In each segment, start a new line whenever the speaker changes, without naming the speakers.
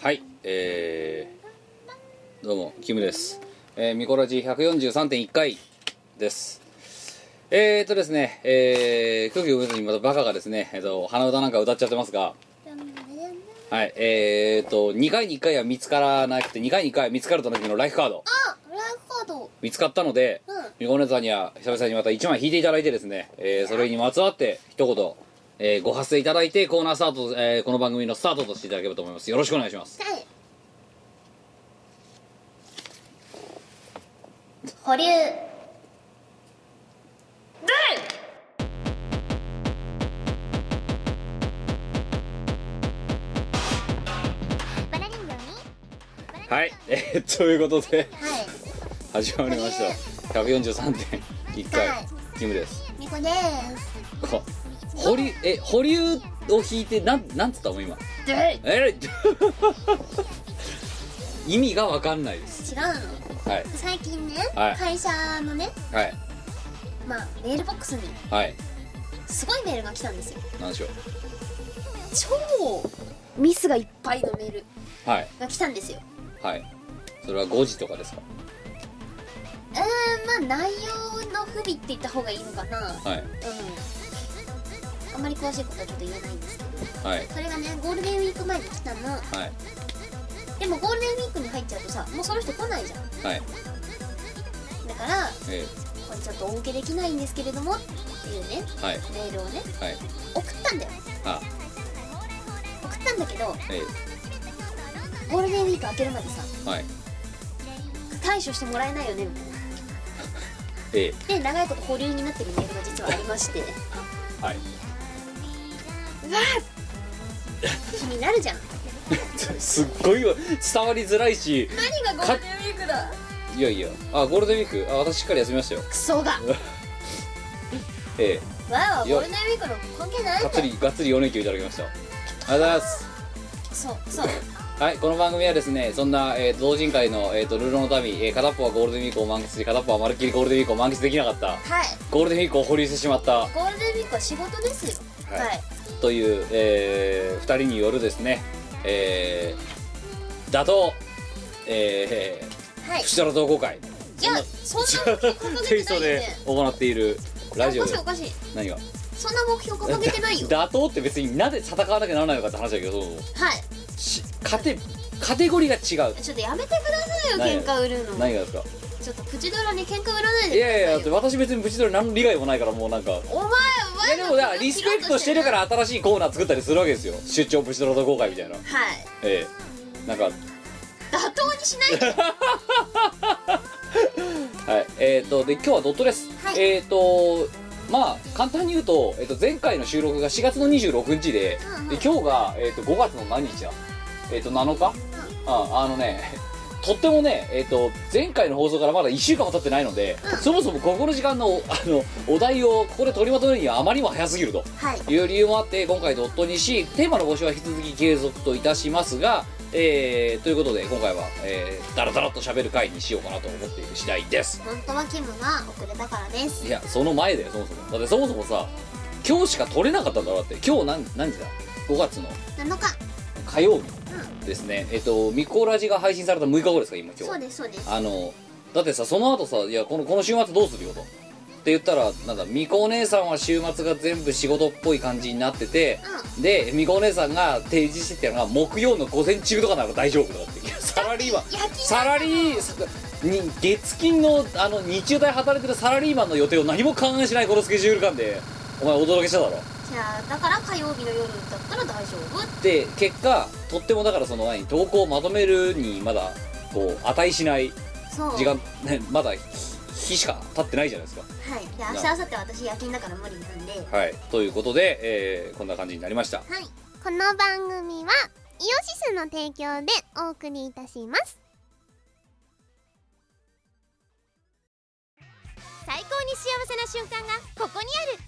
はい、えー、どうも、キムです。えー、ミコラジ143.1回です。えーとですね、えー、空気を読めずにまたバカがですね、えーと、鼻歌なんか歌っちゃってますが、はい、えーと、2回に1回は見つからなくて、2回に1回は見つかるとの時のライフカード、
あライフカード
見つかったので、
うん
ミコネさんには久々にまた1枚引いていただいてですね、えーそれにまつわって一言、えーご発声いただいてコーナースタート、えーこの番組のスタートとしていただければと思います。よろしくお願いします。
はい保留バラ人形に
はい、えーということで、
はい
始まりました143.1
は
回
い
キムです
みこです
こ保留え保留を引いてなんなんつったの今
で
え ー意味がわかんないです
違うの
はい
最近ね、
はい
会社のね
はい
まあメールボックスに
はい
すごいメールが来たんですよ
なんでしょ
超ミスがいっぱいのメール
うはい
が来たんですよ
はいそれは5時とかですか
うーんまあ内容の不備って言った方がいいのかなうん
はい
あんまり詳しいことはちょっと言えないんですけど
はい
それがねゴールデンウィーク前に来たの
はい
でもゴールデンウィークに入っちゃうとさもうその人来ないじゃん
はい
だから
え
これちょっとお受けできないんですけれどもっていうね
ー、はい
メールをね
はい
送ったんだよ
あ
送ったんだけど
え
ゴールデンウィーク明けるまでさ
ー、はい
対処してもらえないよねみたいな
え
で長いこと保留になってるメールが実はありま して
ー、はい
うわー気になるじゃん
すっごいわ伝わりづらいし
何がゴールデンウィークだ
いやいやあゴールデンウィークあ私しっかり休みましたよ
クソが
ええー
わあゴールデンウィークの関係ないん
がっつ
だよ
りがっつり4連休いただきましたありがとうございます
そうそう
はいこの番組はですねそんな、えー同人会の、えー、とルーロの民、えー片っぽはゴールデンウィークを満喫し片っぽはまるっきりゴールデンウィークを満喫できなかった
はい
ゴールデンウィークを保留してしまった
ゴールデンウィークは仕事ですよ
はい
はい
という、え2人によるですねえー、打倒え
はい
ー、フシタロ同好会
いやそんな目標掲
テ
げ
イス
て
ト
ないよ
で
ね
行っているラジオ
おかし
で
いおかしい
何が
そんな目標掲げてない よ
打倒って別になぜ戦わなきゃならないのかって話だけど
はい
しカテカテゴリーが違う
ちょっとやめてくださいよ
ない
喧嘩売るの
何がですか
ちょっとプチドラに喧嘩売らないで
い
くださ
やいやだっ
い
て
よ
私別に無事どれ何の利害もないからもうなんかい
お前お
や
前
で
の
もだからリスペクトしてるから新しいコーナー作ったりするわけですよ出張ブチドロ同好会みたいな
はい
ええなんかは
妥当にし ないで
いえっ、とで今日はドットです、
はい
えっ、とまあ簡単に言うと,、えっと前回の収録が4月の26日で,、
うんうん
で今日が、えっと5月の何日だえっ、と7日、ああのね とってもね、えっと前回の放送からまだ1週間も経ってないので、そもそもここの時間のあのお題をここで取りまとめるにはあまりにも早すぎると
はい
という理由もあって今回ドットにしテーマの募集は引き続き継続といたしますが、えーということで今回は、えー、ダラダラっと喋る回にしようかなと思っている次第です
本当はキムが遅れたからです
いやその前だよそもそもだってそもそもさ今日しか撮れなかったんだろうだって今日何何時だ5月の
7日
火曜日ですね、えっとミコラジが配信された6日後ですか今今日
そうですそうです
あのだってさその後さ「いやこのこの週末どうするよ」と。って言ったらなんだみこお姉さんは週末が全部仕事っぽい感じになってて、でみこお姉さんが提示してたのが木曜の午前中とかなら大丈夫とかっていやサラリーマン
焼き
サラリーさに月金のあの日中で働いてるサラリーマンの予定を何も考えしないこのスケジュール感でお前驚けしただろ
じゃあだから火曜日の夜だったら大丈夫
で結果とってもだからその何投稿をまとめるにまだこう値しない
そう
時間、ね、まだ日しか経ってないじゃないですか
はいで明日明後日私夜勤だから無理なんで
はい、ということで、えーこんな感じになりました。
はい、この番組はイオシスの提供でお送りいたします最高に幸せな瞬間がここにある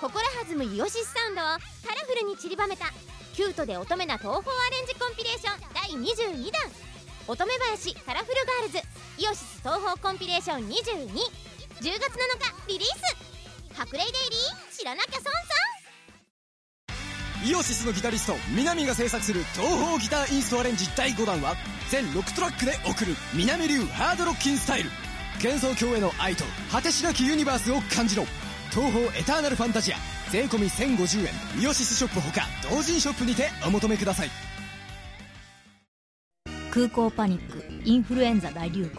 心弾むイオシスサウンドをカラフルに散りばめたキュートで乙女な東宝アレンジコンピレーション第22弾乙女林カラフルガールズイオシス東宝コンピレーション221月7日リリース白麗デイリー知らなきゃ損さん
イオシスのギタリスト南が制作する東方ギターインストアレンジ第5弾は全6トラックで送る南流ハードロッキンスタイル幻想郷への愛と果てしなきユニバースを感じろ東方エターナルファンタジア税込1050円イオシスショップほか同人ショップにてお求めください
空港パニックインフルエンザ大流行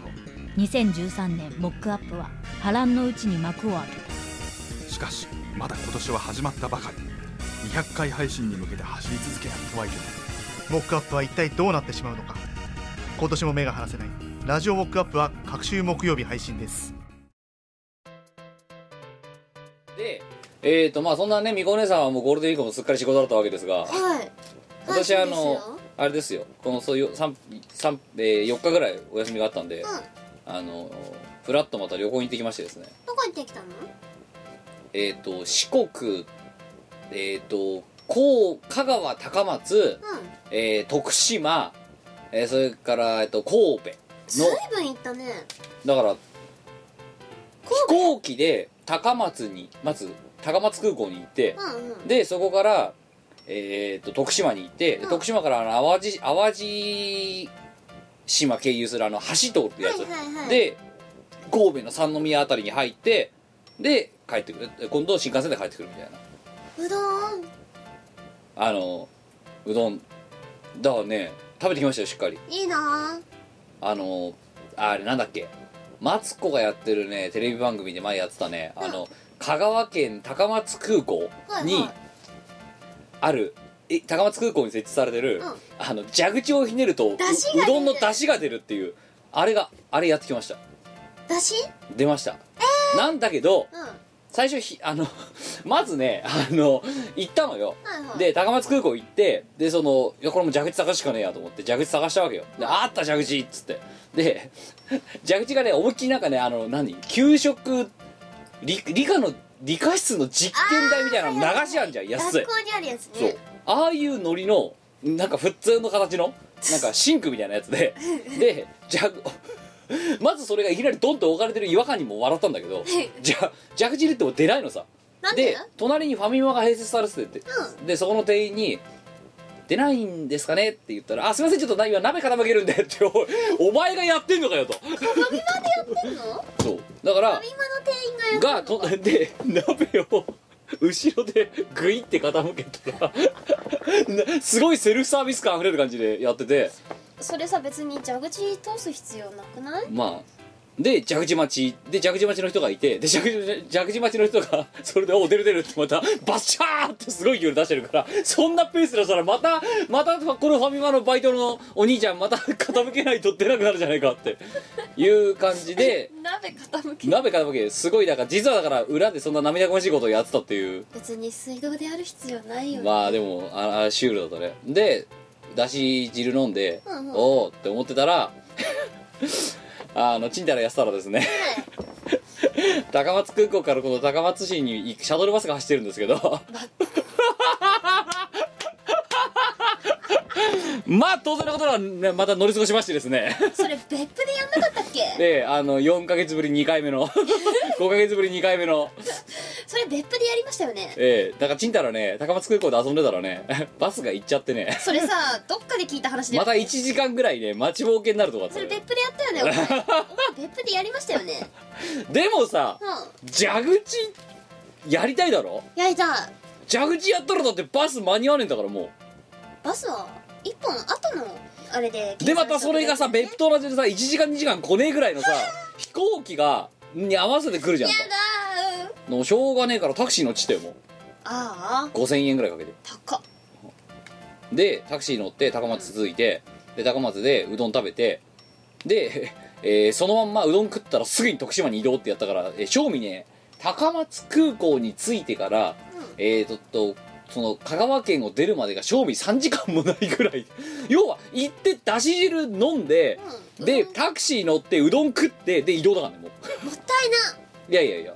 2013年モックアップは波乱のうちに幕を開け
しかしまだ今年は始まったばかり200回配信に向けて走り続けないとはいけない
モックアップは一体どうなってしまうのか今年も目が離せないラジオモックアップは各週木曜日配信です
でえーとまあそんなねみこお姉さんはもうゴールデンウィークもすっかり仕事だったわけですが
はい
私
は
あ
いそうです
の
よ
あれですよこのそういう三三えー4日ぐらいお休みがあったんで、あのフラッとまた旅行に行ってきましてですね
どこ行ってきたの
えっ、と四国えっ、とこう香川高松、
う
えー徳島、えーそれから、えっと神戸
随分行ったね
のだから飛行機で高松にまず高松空港に行って、
うんうん
でそこから、えー、と徳島に行って、で
うん
徳島からあの淡路淡路島経由するあの橋通ってやつ、
はいはいはい
で神戸の三宮あたりに入ってで帰ってくるで今度新幹線で帰ってくるみたいな
うどん
あのうどんだからね食べてきましたよしっかり
いいな
あのあれなんだっけマツコがやってるねテレビ番組で前やってたねあの香川県高松空港
はい
に
はい
ある、え高松空港に設置されてる、
うん
あの蛇口をひねるとう
出汁が
う
出る
どんの出汁が出るっていうあれがあれやってきました
だし
出ました、なんだけど
うんは
最初ひ あのまずねあの行ったのよ、
いはい
で高松空港行ってでそのいやこれも蛇口探すしかねえやと思って蛇口探したわけよであった蛇口っつってで 蛇口がね思いっきりなんかねあの何給食理理科の理科室の実験台みたいなの流しあんじゃん安い
学校にあるやつ
そう
ね
ああいうノリのなんか普通の形のなんかシンクみたいなやつ ででじゃまずそれがいきなりドンと置かれてる違和感にも笑ったんだけどじゃ蛇口入れても出ないのさ
なんで
で隣にファミマが併設されてて、でそこの店員に「出ないんですかね?」って言ったら「あすいませんちょっとな今鍋傾けるんで」っておお前がやってんのかよと
今の
そうだから
今の店員がや
がと で鍋を後ろでグイって傾けたら なすごいセルフサービス感あふれる感じでやってて
それさ別に蛇口通す必要なくない
まあで蛇口待ちで蛇口待ちの人がいてで蛇口蛇口待ちの人が それで「お出る出る」ってまたバッシャーってすごい勢いで出してるからそんなペースだったらまたまたこのファミマのバイトのお兄ちゃんまた 傾けないと出なくなるじゃないかっていう感じで
鍋傾け
鍋傾けすごいだから実はだから裏でそんな涙ぐましいことをやってたっていう
別に水道である必要ないよね
まあでもああシュールだったねでだし汁飲んで、
うんうん
おおって思ってたら あのちんたらやったらですね高松空港からこの高松市に行くシャトルバスが走ってるんですけ どまあ当然のことは、ね、また乗り過ごしましてですね
それ別府でやんなかったっけ
であの4ヶ月ぶり2回目 の5ヶ月ぶり2回目の
それ別府でやりましたよね
ええだからちんたらね高松空港で遊んでたらねバスが行っちゃってね
それさどっかで聞いた話で
また1時間ぐらいね待ちぼうけになるとかっ
そ
た
れ
よ
別府でやったよねお前お前別府でやりましたよね
でもさ
う
蛇口やりたいだろ
んやりたい
蛇口やったらだってバス間に合わねえんだからも
バスは一本後のあれで
うでまたそれがさ別府と同じでさ1時間2時間来ねえぐらいのさ飛行機がに合わせて来るじゃん
や
か
だーうん
もうしょうがねえからタクシー乗っちてよもう
ああ
5000円ぐらいかけて
高っ
でタクシー乗って高松続いてで高松でうどん食べてで、 えーそのまんまうどん食ったらすぐに徳島に移動ってやったから、えー正味ね高松空港に着いてから、えーとっとその香川県を出るまでが正味3時間もないぐらい 要は行ってだし汁飲んで、
うん
で
うん
タクシー乗ってうどん食ってで移動だからねもう
もったい
いやいやいや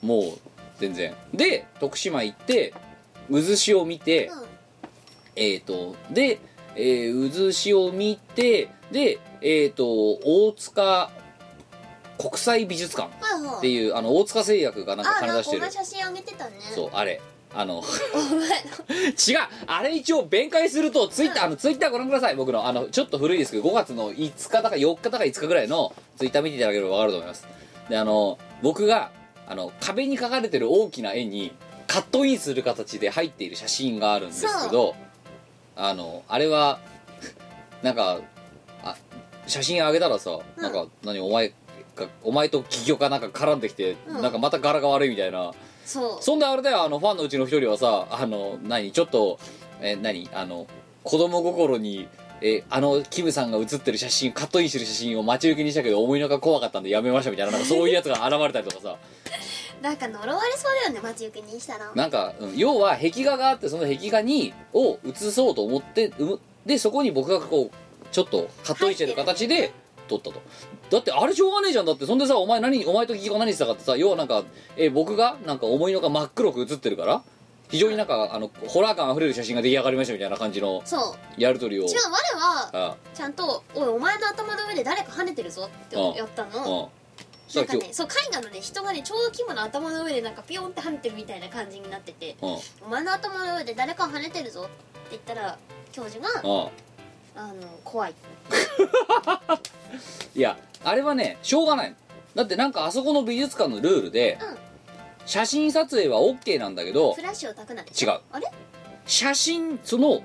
もう全然で徳島行って渦潮を見て、
なうん
えー、とで、えー、渦潮を見てで、えー、と大塚国際美術館っ
はいは
て
い
いうあの大塚製薬がなんか
あ
金
なん
出
か
して
お
る
前写真あげてたね
そうあれあの
お前の
違うあれ一応弁解するとツイッターあのツイッターご覧ください僕のあのちょっと古いですけど5月の5日だか4日だか5日ぐらいのツイッター見ていただければ分かると思いますであの僕があの壁に書かれてる大きな絵にカットインする形で入っている写真があるんですけどあのあれはなんかあ写真あげたらさ、なんか何お前がお前と起業家なんか絡んできて、
うん
なんかまた柄が悪いみたいな
そう
そんであれだよあのファンのうちの一人はさあの何ちょっとえ何あの子供心にえあのキムさんが写ってる写真カットインしてる写真を待ち受けにしたけど思いのが怖かったんでやめましたみたいななんかそういうやつが現れたりとかさ
なんか呪われそうだよね街行きにしたら
なんか、うん要は壁画があってその壁画にを写そうと思ってうでそこに僕がこうちょっとカットインしてる形で撮ったとだってあれしょうがねえじゃんだってそんでさお前何お前とキキが何してたかってさ要はなんか、え僕がなんか思いのが真っ黒く写ってるから非常になんかあのホラー感あふれる写真が出来上がりましたみたいな感じの
そう
やり取りを
違う我は
あ
ちゃんと「おいお前の頭の上で誰か跳ねてるぞ」って
うん
やった
あ
の
うんそ
なん
した
からねそう絵画のね人がねちょうどキムの頭の上でなんかピヨンって跳ねてるみたいな感じになってて
今
「お前の頭の上で誰か跳ねてるぞ」って言ったら教授が
日うんうん
「あの怖い
いやあれはねしょうがないだってなんかあそこの美術館のルールで、
うん
写真撮影は OK なんだけど
フラッシュをたくな」で
違う
あれ
写真その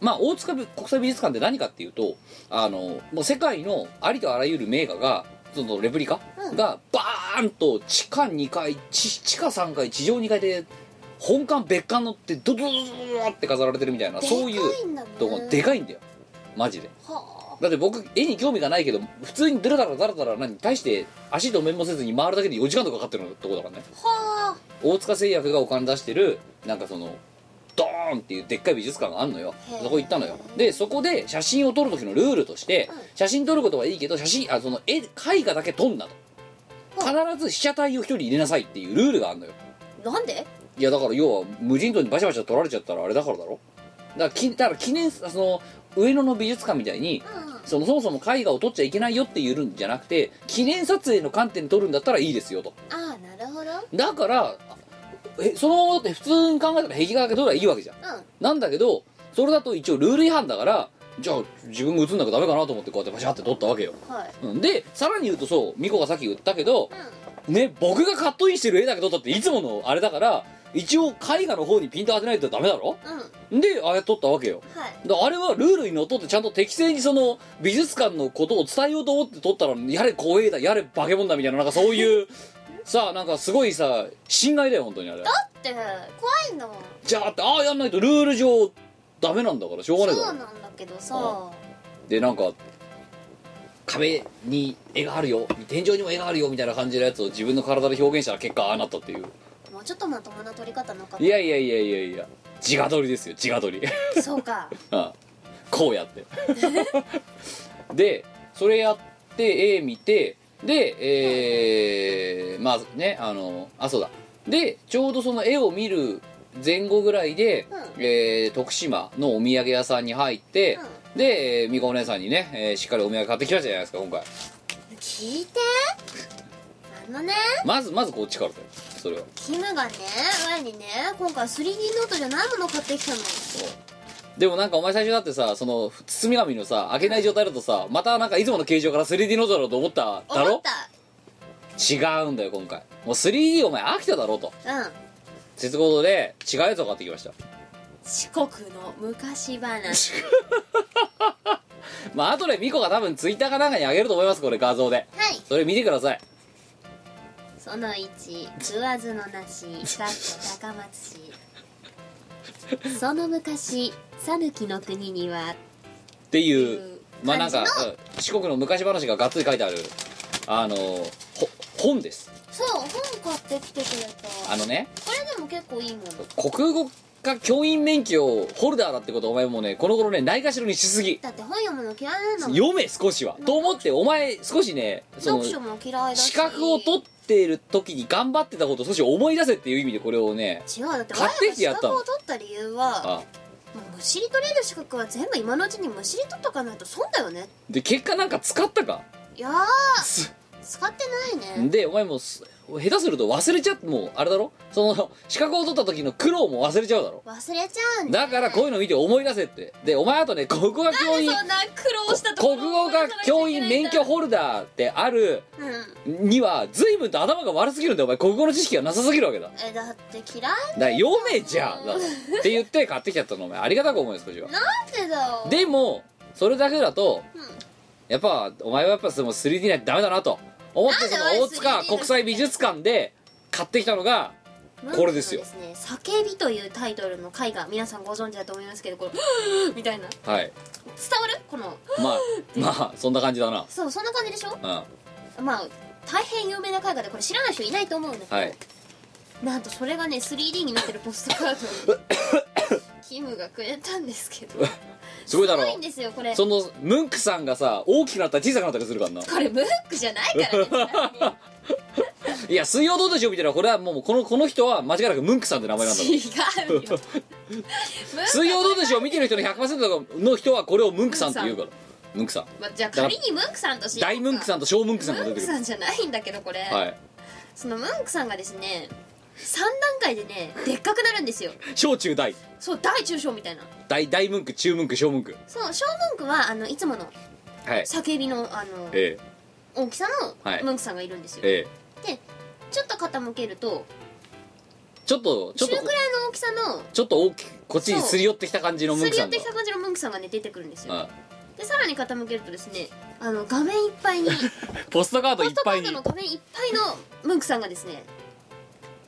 まあ大塚国際美術館って何かっていうとあのもう世界のありとあらゆる名画がそのレプリカ
うん
がバーンと地下2階地地下3階地上2階で本館別館のってドドドドドドって飾られてるみたいなそうい
でかいううんだね
とこでかいんだよマジで
は
だって僕絵に興味がないけど普通にダラダラダラダラ何対して足止めもせずに回るだけで4時間とかかかってるのとこだからね
あは
大塚製薬がお金出してるなんかそのドーンっていうでっかい美術館があんのよ
へー
そこ行ったのよでそこで写真を撮る時のルールとして、
うん
写真撮ることはいいけど写真あその絵絵画だけ撮んなと
ほ
必ず被写体を一人入れなさいっていうルールがあるのよ
あなんで
いやだから要は無人島にバシャバシャ撮られちゃったらあれだからだろだからきだから記念その上野の美術館みたいに
うん
そのそもそも絵画を撮っちゃいけないよっていうんじゃなくて記念撮影の観点で撮るんだったらいいですよと
ああなるほど
だからえそのままだって普通に考えたら壁画だけ撮ればいいわけじゃん
うん
なんだけどそれだと一応ルール違反だからじゃあ自分が映んなきゃダメかなと思ってこうやってバシャって撮ったわけよ、
はい
うん、でさらに言うとそうミコがさっき言ったけど
う
ね僕がカットインしてる絵だけ撮ったっていつものあれだから一応絵画の方にピント当てないとダメだろ
んうん
であれ撮ったわけよ
はい
だあれはルールにのっとってちゃんと適正にその美術館のことを伝えようと思って撮ったらやれ光栄だやれ化け物だみたいななんかそういう さあなんかすごいさ侵害だよ本当にあれ
って怖いんだもん
じゃあってああやんないとルール上ダメなんだからしょうがない
そ
だ
う
ろ
なんだけどさ
うんでなんか壁に絵があるよ天井にも絵があるよみたいな感じのやつを自分の体で表現したら結果ああなったっていう
もうちょっとまともな撮り方なかっ
いやいやいやいやいや自画撮りですよ自画撮り
たそうか
うんこうやって でそれやって絵見てでえーまあねあのあそうだでちょうどその絵を見る前後ぐらいで、
う
えー徳島のお土産屋さんに入って、
う
で、えーみこお姉さんにね、えーしっかりお土産買ってきたじゃないですか今回
聞いてあのね
まずまずこっちからだよそれは
キムがね前にね今回 3D ノートじゃないもの買ってきたの
でもなんかお前最初だってさその包み紙のさ開けない状態だとさまたなんかいつもの形状から 3D ノートだろうと思っただろ
思った
違うんだよ今回もう 3D お前飽きただろうと
うん
てことで違うやつを買ってきました
四国の昔話
まああとでミコが多分ツイッターかなんかにあげると思いますこれ画像で
はい
それ見てください
その1食わずのなしかっこ高松 市その昔讃岐の国には
って
っ
い
ていう
うまあなんか、
感じ
うん四国の昔話ががっつり書いてあるあのほ本です
そう本買ってきてくれた
あのね
これでも結構いいもん
国語科教員免許をホルダーだってことお前もうねこの頃ねないがしろにしすぎ
だって本読むの嫌いなの
読め少しはと思ってお前少しねその
読書も嫌いだし
資格を取っている時に頑張ってたことを少し思い出せっていう意味でこれをね
違うだって
買
親
って
が
きてや
資
ったの
格を取った理由は
あ
もうむしり取れる資格は全部今のうちにむしり取っとかないと損だよね
で結果なんか使ったか
いやー
す
使ってないね
でお前もす下手すると忘れちゃうもうあれだろその資格を取った時の苦労も忘れちゃうだろ
忘れちゃうんだ
だからこういうの見て思い出せってでお前あとね国語教員
そんな苦労したところ
国語が教員免許ホルダーってある
うん
には随分と頭が悪すぎるんだよお前国語の知識がなさすぎるわけだだか
えだって嫌い
ら読めじゃんだからって言って買ってきちゃったのお前ありがたく思うよ少しは
なんでだよ
でもそれだけだと、
ん
やっぱお前はやっぱその 3D なんてダメだなと思ってそ
なんで
の大
お前 3D なん
塚
て
国際美術館で買ってきたのがこれですよ
なんとね叫びというタイトルの絵画皆さんご存知だと思います けどこのみたいな伝
はい
わるこの
まあまあそんな感じだな
そうそんな感じでしょ
うんは
まあ大変有名な絵画でこれ知らない人いないと思うんだけど、
い
なんとそれがね 3D になってるポストカード をキムがくれたんですけど
すごいだろ
いんですよこれ
そのムンクさんがさ大きくなったり小さくなったりするから な
これムックじゃないからね
いや水曜どうでしょうみたいなこれはもうこのこの人は間違いなくムンクさんって名前なんだろう
違うよムック
水曜どうでしょう見てる人の100%の人はこれをムンクさんって言うからムンクさん
まあじゃあ仮にムックさんとしようか
大ムンクさんと小ムンクさんが
ム
出
ン
て
ク
く
さ
る
んじゃないんだけどこれ、
はい
そのムンクさんがですね3段階でねでっかくなるんですよ
小中大
そう大中小みたいな
大大文句中文句小文句
そう小文句はあのいつもの
はい
叫びのあの
え
大きさ
はい
のムンクさんがいるんです
え
よ、
ええ
ちょっと傾けると
ちょっとちょ
中
っ
く
と
らいの大きさの
ちょっと大きくこっちにすり寄ってきた感じのム
す
ンク
り寄
さ
っ
ん
て
が
きた感じのムンクさんがね出てくるんですよ
あ
でさらに傾けるとですねあの画面いっぱ いに
ポストカード
ポ
いっ
ストカ
ぱい
ー
に
ドの画面いっぱいのムンクさんがですね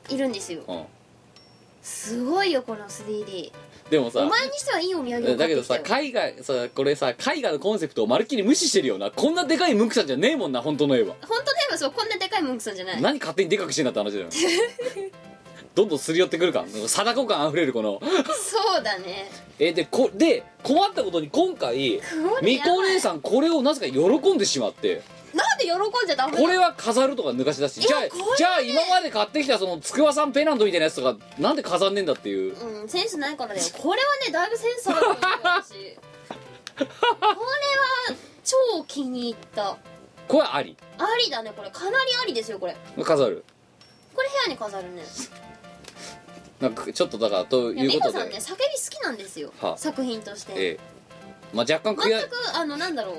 いるんですよ
うん
すごいよこの 3D
でも
お
さ
前にしてはいいお土産を
だ
買
け
って
ど
きた
さ
よ
絵画さこれさ絵画のコンセプトをまるっきり無視してるよなこんなでかいムンクさんじゃねえもんな本当の絵は
本当で言えばそうこんなでかいムンクさんじゃない
何勝手にでかくしてんだって話だ よどんどんすり寄ってくるか貞子感あふれるこの
そうだね
えでこで困ったことに今 回みこお姉さんこれをなぜか喜んでしまって
なんで喜んじゃダメなの
これは飾るとか抜かしだしじゃあ、
これはね
じゃあ今まで買ってきたそのつくばさんペナントみたいなやつとかなんで飾んねえんだっていう
うんセンスないからだよこれはねだいぶセンスあると思うよ 私これは超気に入った
これはあり
ありだねこれかなりありですよこれ
飾る
これ部屋に飾るね
なんかちょっとだからと
いや
いう
美
こと
香
で
さんね叫び好きなんですよ
はあ
作品として、
ええまあ若干悔や
全くあのなんだろう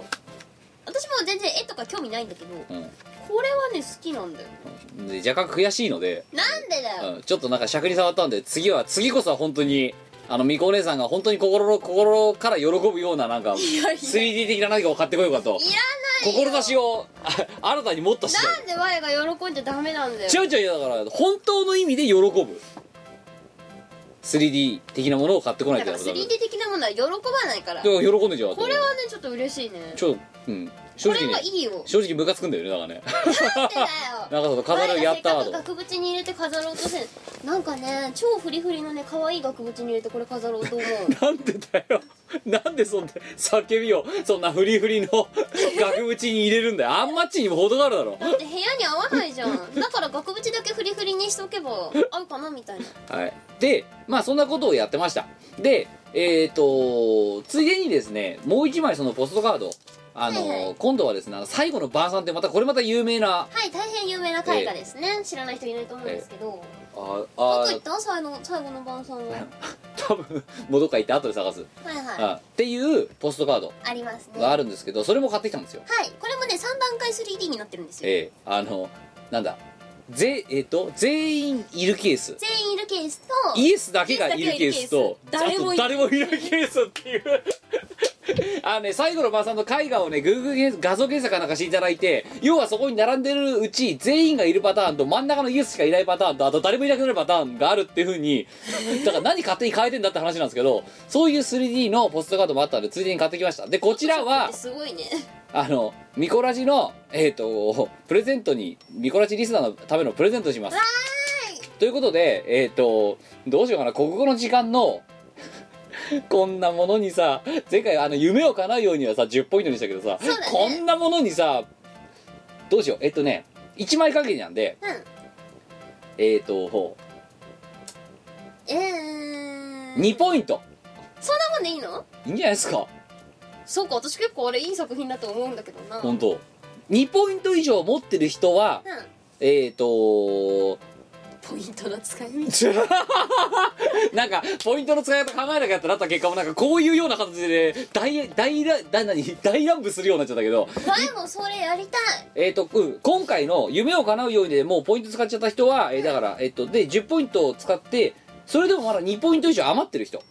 私も全然絵とか興味ないんだけど、これはね好きなんだよ
で若干悔しいので、
なんでだよ、
うん、ちょっとなんか尺に触ったんで次は次こそは本当にあのみこお姉さんが本当に心の心から喜ぶようななんか 3D 的な何かを買ってこようかと
いらないよ
志をあ新たに持ったし
なんで我が喜んじゃダメなんだよ
ちょいちょいだから本当の意味で喜ぶ 3D 的なものを買ってこないと
だから
ダメだ
3D 的なものは喜ばないか
だ
ら
から喜んでんじゃん
これはねちょっと嬉しいね
ちょうん正
こ
直
れは
ね
い いよ
正直ムカつくんだよねだからね
なんでだよ
なんかその飾るやったー
我がせっか
と
く額縁に入れて飾ろうとせんなんかね超フリフリのね可愛い額縁に入れてこれ飾ろうと思う
なんでだよなんでそんな叫びをそんなフリフリの 額縁に入れるんだよあんまっちにも程があるだろ
だって部屋に合わないじゃんだから額縁だけフリフリにしておけば合うかなみたいな
はい、でまあそんなことをやってましたでえっ、とついでにですねもう一枚そのポストカードあの、
はいは
今度はですねあの最後の晩餐ってまたこれまた有名な
はい大変有名な絵画ですね、知らない人いないと思うんですけど、
あ
ど
あ
こ行った最後の最後の晩餐はは
多分もどか行って後で探す、
いはいあ
あっていうポストカード
りますね
が
は
あ
い
るんですけどそれも買ってきたんですよ
これもね3段階 3D になってるんですよ
ええあのなんだぜえっ、と全員いるケース
全員いるケースと
イエスだけがいるケースとあ
誰
と
もいない
誰もいないケースっていう あのね最後のばあさんの絵画をね Google 画像検索かなんかしていただいて要はそこに並んでるうち全員がいるパターンと真ん中のイエスしかいないパターンとあと誰もいなくなるパターンがあるっていうふうに だから何勝手に変えてんだって話なんですけどそういう 3D のポストカードもあったのでついでに買ってきましたでこちらは
すごいね
あのミコラジのえっ、とプレゼントにミコラジリスナーのためのプレゼントしますということでえっ、とどうしようかな国語の時間の こんなものにさ前回あの夢を叶うようにはさ10ポイントにしたけどさ、
そうだね
こんなものにさどうしようえっ、とね1枚限りなんで
うん
えっ、と
えー、
2ポイント
そんなもんでいいの
いいんじゃないですか
そうか私結構あれいい作品だと思うんだけどなうん
本当2ポイント以上持ってる人は
う
えっ、と
ポイントの使い道
なんかポイントの使い方考えなきゃってなった結果もなんかこういうような形で大大乱大何 大乱舞するようになっちゃったけど
前もそれやりたい
えーとうん今回の夢を叶うようにでもうポイント使っちゃった人は、えーだから、えっとで10ポイントを使ってそれでもまだ2ポイント以上余ってる人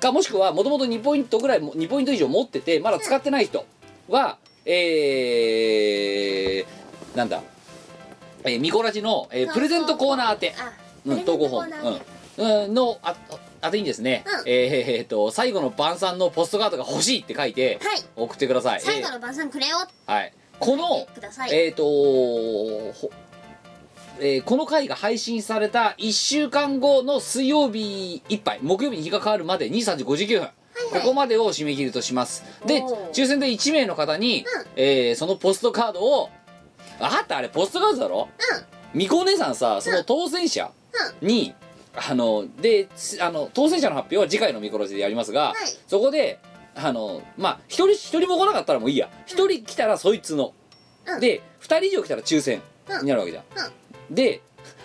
かもしくはもともと2ポイントぐらいも2ポイント以上持っててまだ使ってない人はえー、なんだ、えーミコラジの、えープレゼントコーナー当て
あ
うん、投稿本、
プレゼントコーナーね
うん、うん、のああてにですね、
うん
えーえーと最後の晩餐のポストカードが欲しいって書いて
はい
送ってください、
最後の晩餐くれよ
えーはいこの
ください
えーとほえーこの回が配信された1週間後の水曜日いっぱい木曜日に日が変わるまで23時59分、ここまでを締め切りとしますで
おー
抽選で1名の方に、
うん
えーそのポストカードをあったあれポストカードだろみこお姉さんさその当選者に、あのでつあの当選者の発表は次回の見殺しでやりますが、
い
そこであのまあ一人一人も来なかったらもういいや一人来たらそいつの、
うん
で二人以上来たら抽選
うん
になるわけじゃん、で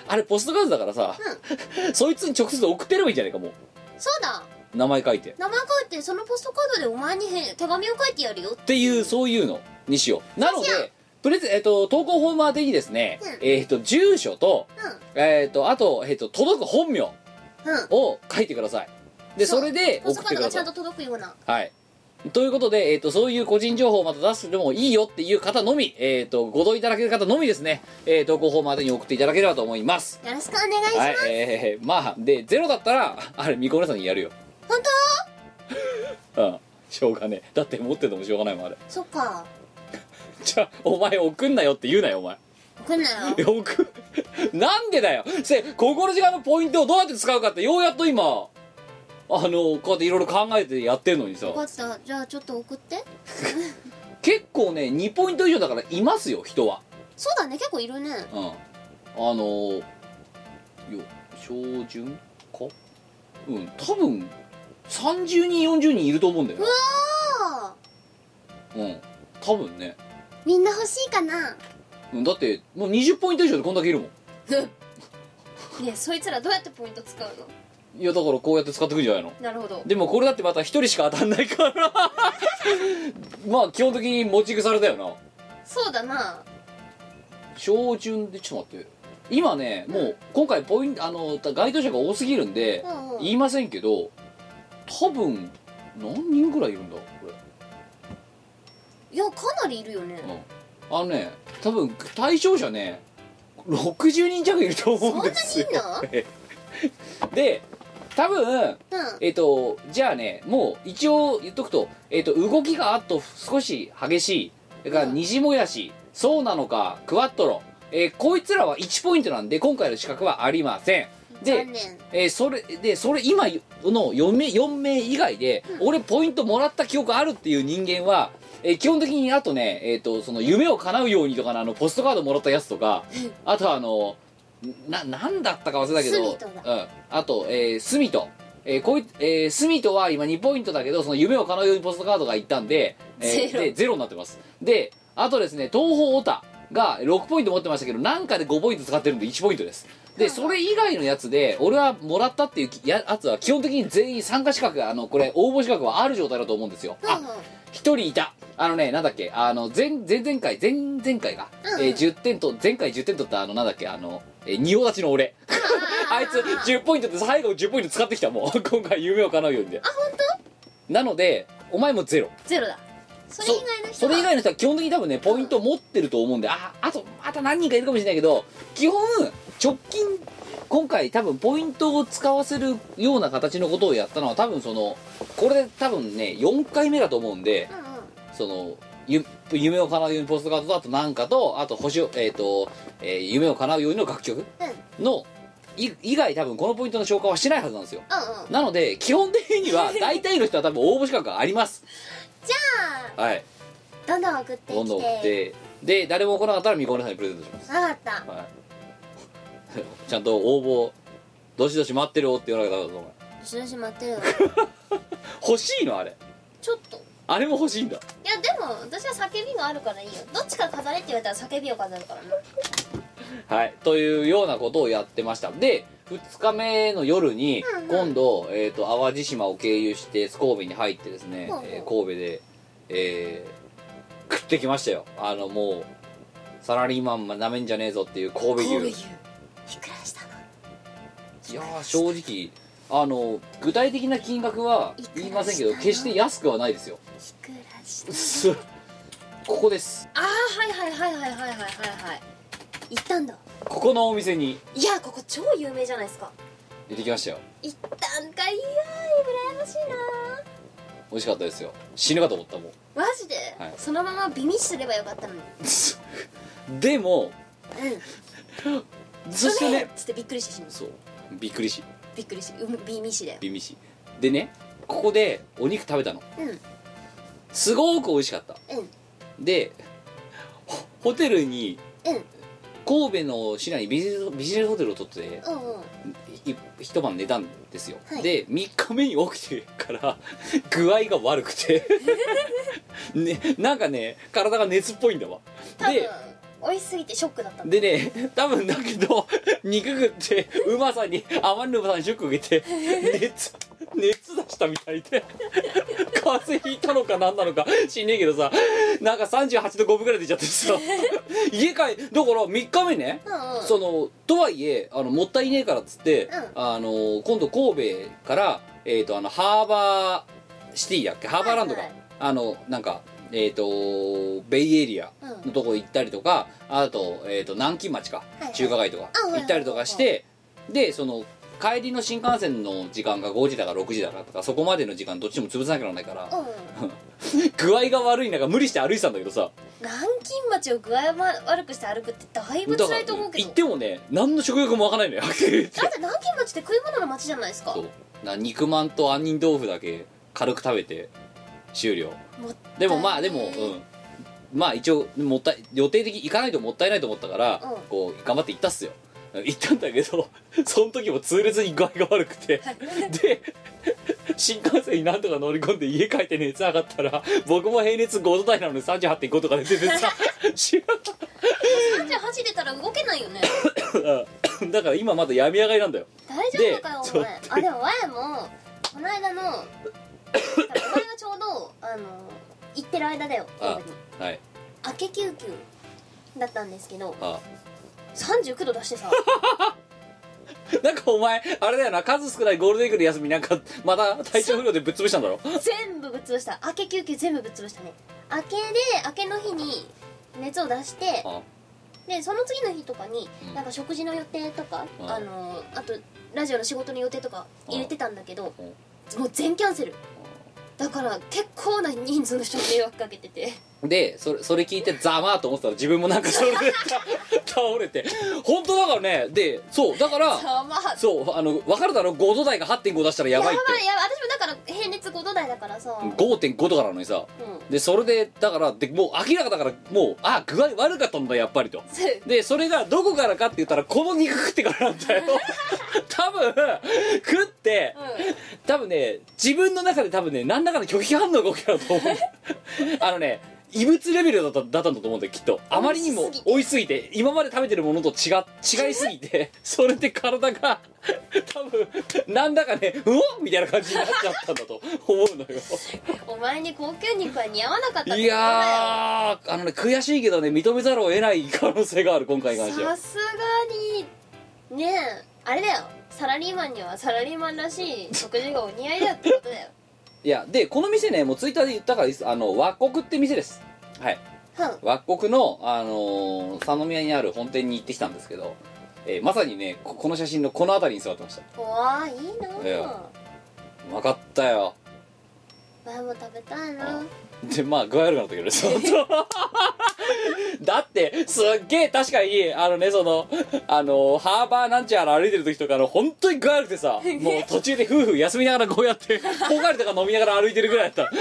あれポストカードだからさ、 そいつに直接送ってればいいんじゃないかも
そうだ
う名前書いてっ
名前書いてそのポストカードでお前にへ手紙を書いてやるよ
ていうそういうのにしようなの
そうしよ
でプレゼえっと投稿フォーマーでにですね、
うん
えっと住所と,、えっとあと,、えっと届く本名
うん
を書いてくださいで
そう
それで
ポス
送ってく
トカードが
だ
ちゃ
さ
ん
い
と届くような
はいということで、えっとそういう個人情報をまた出してもいいよっていう方のみ、えっとご同意いただける方のみですね、えー投稿フォームまでに送っていただければと思います
よろしくお願いします、
はいえー、まあでゼロだったら あれみこねさんにやるよ
本
うんしょうがねえだって持っててもしょうがないもんあれ
当そっか
じゃあお前送んなよって言うなよお前
送んなよ
いや送 なんでだよせここの時間のポイントをどうやって使うかってようやっと今あのこうやっていろいろ考えてやってんのにさ
分かったじゃあちょっと送って
結構ね2ポイント以上だからいますよ人は
そうだね結構いるね
うんあのー、よ小順かうん多分30人40人いると思うんだよな
ああ
うん多分ね、
みんな欲しいかな
うん、だってもう20ポイント以上でこんだけいるもん
ねえそいつらどうやってポイント使うの
いやだからこうやって使ってくんじゃないの
なるほど
でもこれだってまた1人しか当たんないから まあ基本的に持ち腐れだよな
そうだな
小順でちょっと待って今ねもう今回ポイントあの該当者が多すぎるんで、
うんうん
言いませんけど多分何人ぐらいいるんだこれ
いやかなりいるよね
あのね多分対象者ね60人弱いると
そん
思うんで
なに
す
い
よ
んの
で多分
うん
えっ、とじゃあねもう一応言っとくと,、えっと動きがあと少し激しいだから
うん
虹もやしそうなのかクワットロ、えーこいつらは1ポイントなんで今回の資格はありませんで
残、念
えーそれでそれ今の4名 ,4 名以外で俺ポイントもらった記憶あるっていう人間は、えー基本的にあとね、えー、とその夢を叶うようにとかのあのポストカードもらったやつとかあとはあのななんだったか忘れたけど
スミト
うん、あと、えー、スミト、えーこいえースミトは今2ポイントだけどその夢を叶うようにポストカードがいったんで,、えー
ゼロ
でゼロになってますであとですね東方オタが6ポイント持ってましたけどなんかで5ポイント使ってるんで1ポイントですでそれ以外のやつで俺はもらったっていうややつは基本的に全員参加資格があのこれ応募資格はある状態だと思うんですよ、
うん
あ
うん
一人いたあのねなんだっけあの前前々回前々回が、
うんうん
えー10点と前回10点取ったあのなんだっけあの、えー、仁王立ちの俺 あいつ10ポイントで最後10ポイント使ってきたもん 今回夢を叶うようにであ本当なのでお前もゼロ
ゼロだそれ以外の人は
それ以外の人は基本的に多分ねポイント持ってると思うんでああとまた何人かいるかもしれないけど基本直近今回多分ポイントを使わせるような形のことをやったのは多分そのこれで多分ね4回目だと思うんで、
うんうん
そのゆ夢を叶うようにポストカードとあとなんかとあと星を、えーとえー夢を叶うようにの楽曲の、い以外多分このポイントの消化はしてないはずなんですよ
うんうん
なので基本的には大体の人は多分応募資格があります
じゃあ
はい
どんどん送ってきて
どんどん送ってで誰も来なかったらみこねさんにプレゼントします、
わかった
はい、 ちゃんと応募どしどし待ってるよって言わなきゃダメだぞお前
一緒にしまってるよ
欲しいのあれ
ちょっと
あれも欲しいんだ
いやでも私は叫びがあるからいいよどっちか飾れって言われたら叫びを飾るからな
はい、というようなことをやってましたで2日目の夜に今度、えー、と淡路島を経由して神戸に入ってですね
ほう、ほう
えー神戸で、えー食ってきましたよあのもうサラリーマンなめんじゃねえぞっていう神戸牛
いくらしたの
いやー正直あの具体的な金額は言いませんけど決して安くはないですよ
いくらしたの
ここです
ああはいはいはいはいはいはいはいはい行ったんだ
ここのお店に
いやここ超有名じゃないですか
出てきましたよ
行ったんかいやー羨ましいな
美味しかったですよ死ぬかと思ったも
ーマジで、
はい
そのままビミッすればよかったのに
んでも
うん
そして
ごめん
ね
っつってびっくりしてしまう
そうびっくりし
びっくりしてうむビミッシだよ
びみしでねここでお肉食べたの
うん
すごく美味しかった
うん
でホホテルに
うん
神戸の市内にビジネスビジネスホテルを取って
うんうん
い一晩寝たんですよ、
はい
で3日目に起きてから 具合が悪くて、 ね、なんかね体が熱っぽいんだわ
多分
で
美味しすぎてショックだったんだ
でね多分だけど 肉食ってうまさにあまりのうまさにショック受けて 熱熱出したみたいで 風邪ひいたのか何なのか知んねえけどさなんか38度5分ぐらい出ちゃって さ家帰だから3日目ね
うんうん
そのとはいえあのもったいねえからっつって、
う
あの今度神戸から、えー、とあのハーバーシティだっけハーバーランドか、
はいはい
あのなんかえっ、とベイエリアのとこ行ったりとか、あと,、えー、と南京町か、
はい
中華街とか
あはいはい
行ったりとかして、でその帰りの新幹線の時間が5時だか6時だかとかそこまでの時間どっちも潰さなきゃならないから、
うんうん
具合が悪い中無理して歩いてたんだけどさ
南京町を具合ま悪くして歩くってだいぶ辛いと思うけ
行
ど
ってもね何の食欲も湧かないのよ はっきり言って
だって南京町って食い物の町じゃないですか
そうな肉まんと杏仁豆腐だけ軽く食べて終了
もっ
でもまあでも、
う
うん、まあ一応もったい予定的に行かないともったいないと思ったから、
うん
こう頑張って行ったっすよ行ったんだけど その時も痛烈に具合が悪くてで新幹線になんとか乗り込んで家帰って熱上がったら僕も平熱5度台なのに38.5とかで出て さしまった
38出たら動けないよね
うんだから今まだ病み上がりなんだよ
大丈夫かよ
で
お前あでも前もこの間のお前がちょうどあの行ってる間だよ
あ
神戸に
はい
明け救急だったんですけど
あ
39度 出してさ
なんかお前あれだよな数少ないゴールデンウィークの休みなんかまた体調不良でぶっ潰したんだろ
全部ぶっ潰した明け救急全部ぶっ潰したね明けで明けの日に熱を出して
あ
でその次の日とかに
うん
なんか食事の予定とか、
うん
あのあとラジオの仕事の予定とか入れてたんだけど、
うん
もう全キャンセルだから結構な人数の人に迷惑かけてて
でそれそれ聞いてざまあと思ってたら自分もなんかそれで 倒れて本当だからねでそうだから
やばい
そうあの分かるだろ5度台が8.5出したらや
やば
ばい
い
っ
やばい
て
私もだから平熱5度台だからさ、
5.5とかなのにさ
うん
でそれでだからでもう明らかだからもうあ具合悪かったんだやっぱりと
そう
でそれがどこからかって言ったらこの肉食ってからなん だよ多分食って、多分ね自分の中で多分ね何らかの拒否反応が起きたと思 うあのね異物レベルだっただったんだと思うんだよきっとあまりにも追いすぎて今まで食べてるものと違違いすぎ てそれで体が多分なんだかねうおっみたいな感じになっちゃったんだと思うのよ
お前に高級肉は似合わなかった
いやーあのね悔しいけどね認めざるを得ない可能性がある今回に関しては
さすがにねえあれだよサラリーマンにはサラリーマンらしい食事がお似合いだってことだよ
いやでこの店ねもうツイッターで言ったからいいですあの和国って店ですはい
うん
和国の、あのー佐野宮にある本店に行ってきたんですけど、えーまさにねここの写真のこの辺りに座ってました
うわあいいなあ
えうまかったよ
前も食べたいな
でまあ具合悪くなったけどねその だってすっげえ確かにあのねそのあのハーバーなんちゃら歩いてる時とかの本当に具合悪くてさもう途中で夫婦休みながらこうやってポカリとか飲みながら歩いてるぐらいだった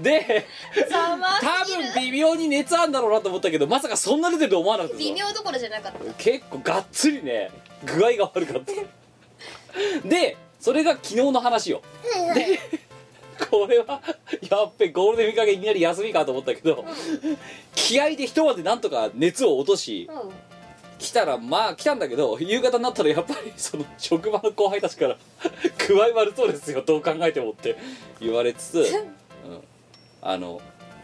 で
ざまあ
多分微妙に熱あんだろうなと思ったけどまさかそんな出てると思わなくてさ
微妙どころじゃなかった
結構がっつりね具合が悪かったでそれが昨日の話よ
はいはい
これはやっべゴールデンウィーク明けいきなり休みかと思ったけど気合で一晩でなんとか熱を落とし
うん
来たらまあ来たんだけど 夕方になったらやっぱりその職場の後輩たちから 「具合悪そうですよどう考えても」って言われつつ、うんあの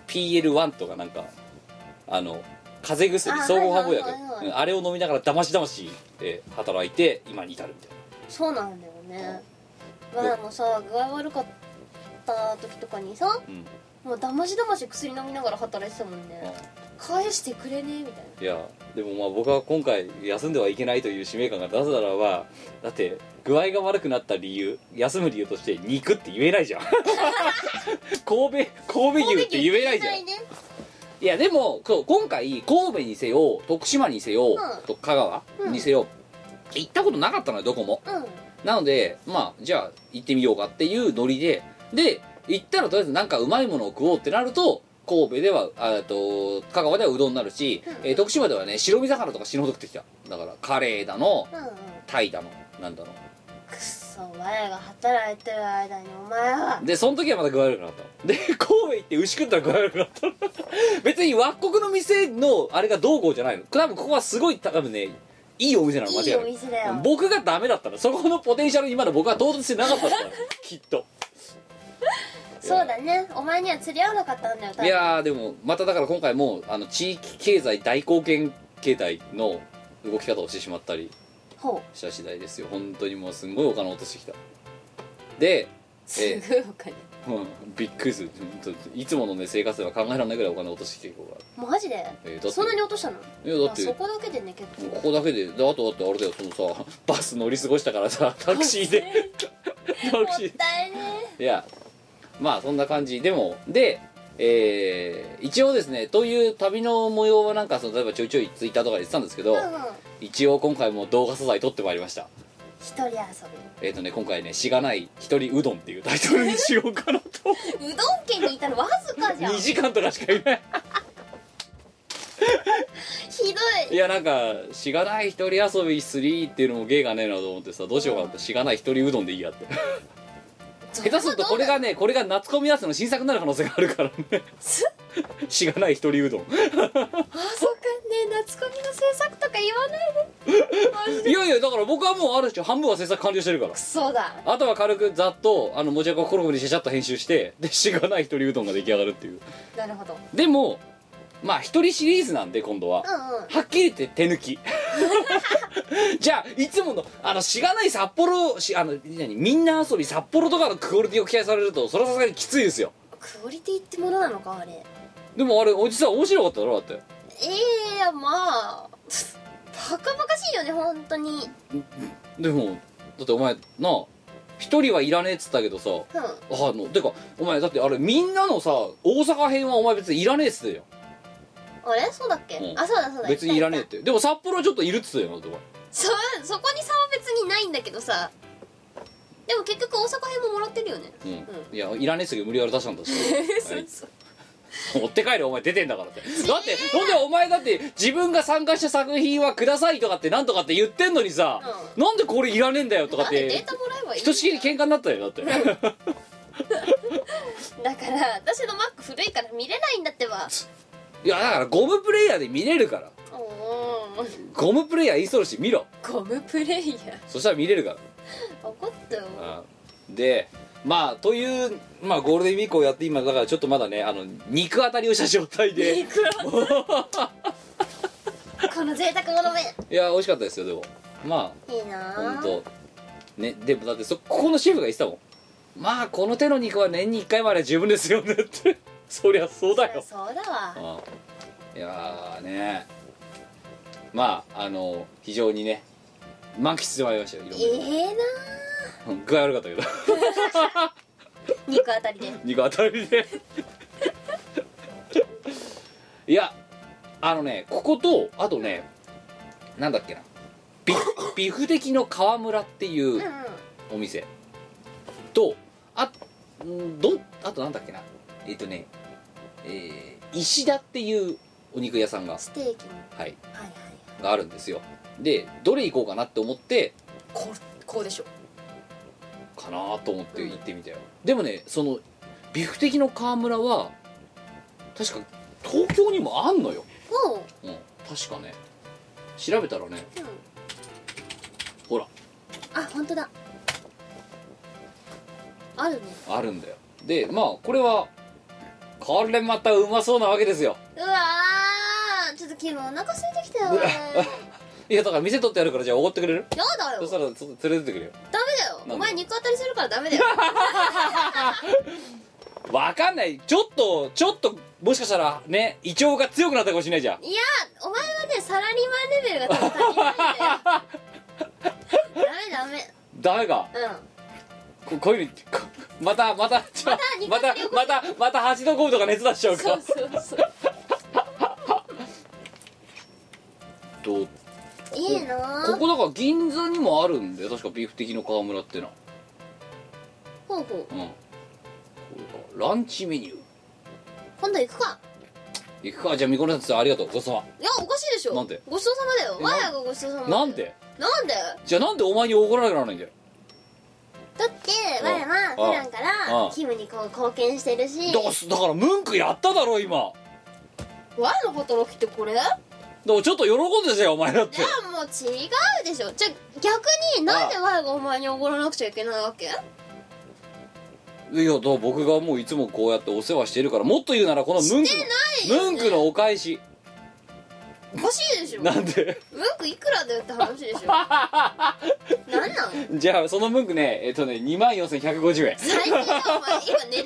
PL1 とかなんかあの風邪薬
あ
総合半合薬
はいはいはいはい
うんあれを飲みながらだましだましで働いて今に至るみたいな
そうなんだよねまあでもさ具合悪かった時とかにさ、
ん
もうだましだまし薬飲みながら働いてたもんね返してくれねえみたいない
やでもまあ僕は今回休んではいけないという使命感がなぜならばだって具合が悪くなった理由休む理由として肉って言えないじゃん 神戸神戸牛って言えないじゃんい
神戸牛言えね
やでもこう今回神戸にせよ徳島にせよ、
ん
と香川
うん
にせよ、行ったことなかったのよどこも
うん
なのでまあじゃあ行ってみようかっていうノリでで行ったらとりあえずなんかうまいものを食おうってなると神戸ではあえっと香川ではうどんになるし、えー徳島ではね白身魚とか死ぬほど食ってきただからカレーだの
うんうん
タイだのなんだの
くっそお前らが働いてる間にお前は
でその時はまた具合悪くなったので神戸行って牛食ったら具合悪くなったの 別に和国の店のあれがどうこうじゃないの多分ここはすごい多分ねいいお店なの間
い
違
い
いな
お
い
店だよ
僕がダメだったらそこのポテンシャルに今の僕は到達してなか ったんだきっと
そうだねお前には釣り合わなかったんだよ多
い
分
やーでもまただから今回もあの地域経済大貢献形態の動き方をしてしまったり
ほ
した次第ですよ本当にもうすんごいお金落としてきたで、
うすごいお金
うん、びっくりする本当いつものね生活では考えられないぐらいお金落としてきてるから
マジで
えーだって
そんなに落としたの
いやだって
あそこだけでね結
もうこ
構
こだけでであとだってあれだよそのさバス乗り過ごしたからさタクシーで タ
もっ
クシー
たいね
いやまあそんな感じでもでえー一応ですねという旅の模様はなんかその例えばちょいちょいツイッターとかで言ってたんですけど、
えうんうん
一応今回も動画素材撮ってまいりました
一人遊
えっ、とね今回ね「しがない一人うどん」っていうタイトルにしようかなと
びうどん県にいたのわずか じゃん
2
ひ
時間とかしかいないい
どい
やなんか「しがない一人遊び3」っていうのも芸がねえなと思ってさどうしようかなって「しがない一人うどん」でいいやって下手するとこれがねこれが夏コミナスの新作になる可能性があるからね しがない一人うどん
あそっかね夏コミの制作とか言わないで
いやいやだから僕はもうある種半分は制作完了してるから
そうだ
あとは軽くざっとあの持ち運びコロコロにしゃしゃっと編集してでしがない一人うどんが出来上がるっていう
なるほど
でもまあ一人シリーズなんで今度は、
うんうん
はっきり言って手抜き じゃあいつものあのしがない札幌しあの何みんな遊び札幌とかのクオリティを期待されるとそれはさすがにきついですよ
クオリティってものなのかあれえ
でもあれ実は面白かっただろだって
えまあバカバカしいよね本当に
でもだってお前なあ一人はいらねえっつったけどさ
うん
ああのてかお前だってあれみんなのさ大阪編はお前別にいらねえっつってよ
あれそうだっけ、
うん
あそうだそうだ
別にいらねえっ
え
てでも札幌はちょっといるっつってたよなとか
そそこに差は別にないんだけどさでも結局大阪編ももらってるよね
うん、いやいらねえっすけど無理やり出したんだし はい持って帰れお前出てんだからってだってなんでお前だって自分が参加した作品はくださいとかってなんとかって言ってんのにさ、なんでこれいらねえんだよとか
だ
っ
ってデ
て
ータもらえばいい
ひとしきり喧嘩になったよだ って
だから私のマック古いから見れないんだって ば
いやだからゴムプレイヤーで見れるから
おー
ゴムプレイヤーインストールして見ろ
ゴムプレイヤー
そしたら見れるから
怒ったよ
あでまあという、まあ、ゴールデンウィークをやって今だからちょっとまだねあの肉あたりをした状態で
肉 この贅沢者め
いや美味しかったですよでもま
いいな
あ
ぁ
本当ねでもだってそここのシェフが言ってたもんまあこの手の肉は年に1回までは十分ですよねって そりゃそうだよ
そうだわ
うんいやーねまああの非常にね満喫してまいりましたよいろ
ええ
んなうん 具合悪かったけど
なー肉あたりで
肉当たりでいやあのねこことあとねなんだっけなビビフ的の川村っていう、
うんうん
お店とあんどあとなんだっけなえっ、とねえー石田っていうお肉屋さんが、
ステーキも
はい、
はいはい
があるんですよでどれ行こうかなって思って
ここうでしょ
かなと思って行ってみたよ、でもねそのビフ的の川村は確か東京にもあんのよ、
おう
うん、確かね調べたらねほら
あ本当だあるね
あるんだよでまあこれはこれまたうまそうなわけですよ
うわーちょっと昨日お腹空いてきたよね
いやだから店取ってやるからじゃあおごってくれる
やだよ
そし
ダ
たらちょっと連れてってくれよ
メだよ
で
お前肉当たりするからダメだ よ
わかんないちょっとちょっともしかしたらね胃腸が強くなったかもしれないじゃん
いやお前はねサラリーマンレベルが多分足りないん だよダメ
ダメか
ダメうん
ここういうのこまたまたちょま
ま
た
た
またまた八度コブとか熱出しちゃうか
そうそうそう
どう
いいな
ここだから銀座にもあるんだよ確かビーフ的の川村ってのは
ほうほう
うんこれだランチメニュー
今度行くか
行くかじゃあみこねさんありがとうごちそうさ
いやおかしいでしょ
なんで
ごちそうさまだよ
え
我がごちそうさま
ま
だよ
なんで
なんで
じゃあなんでお前に怒らなきゃならないんだよ
だって我は普段か
ああ
らキムにこう貢献してるし
だすだから文句やっただろ今
我の働きってこれじゃ
でもちょっと喜んでたよお前だって
あもう違うでしょじゃあ逆になんで我がお前におごらなくちゃいけないわけ
いやだから僕がもういつもこうやってお世話してるからもっと言うならこの文句
して
の、
ないよね
文句のお返し
おかしいでしょ
なんで
文句いくらだよって話でしょなんなん
じゃあその文句ねえっとね2万4150円
最近はお前今値段表見ていっ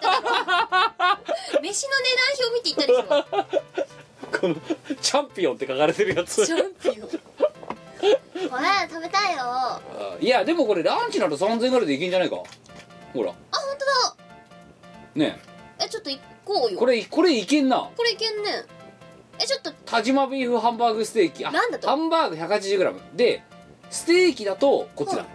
ただ ろ飯の値段表見ていったでしょ
このチャンピオンって書かれてるやつ
これ食べたいよあ
あいやでもこれランチなら3000円ぐらいでいけんじゃないかほら
本当
ね
だえちょっと行こう
え
よ
これこれいけんな
これいけんねえちょっと
田島ビーフハンバーグステーキあ
なんだと
ハンバーグ 180g でステーキだとこっちだ、
あ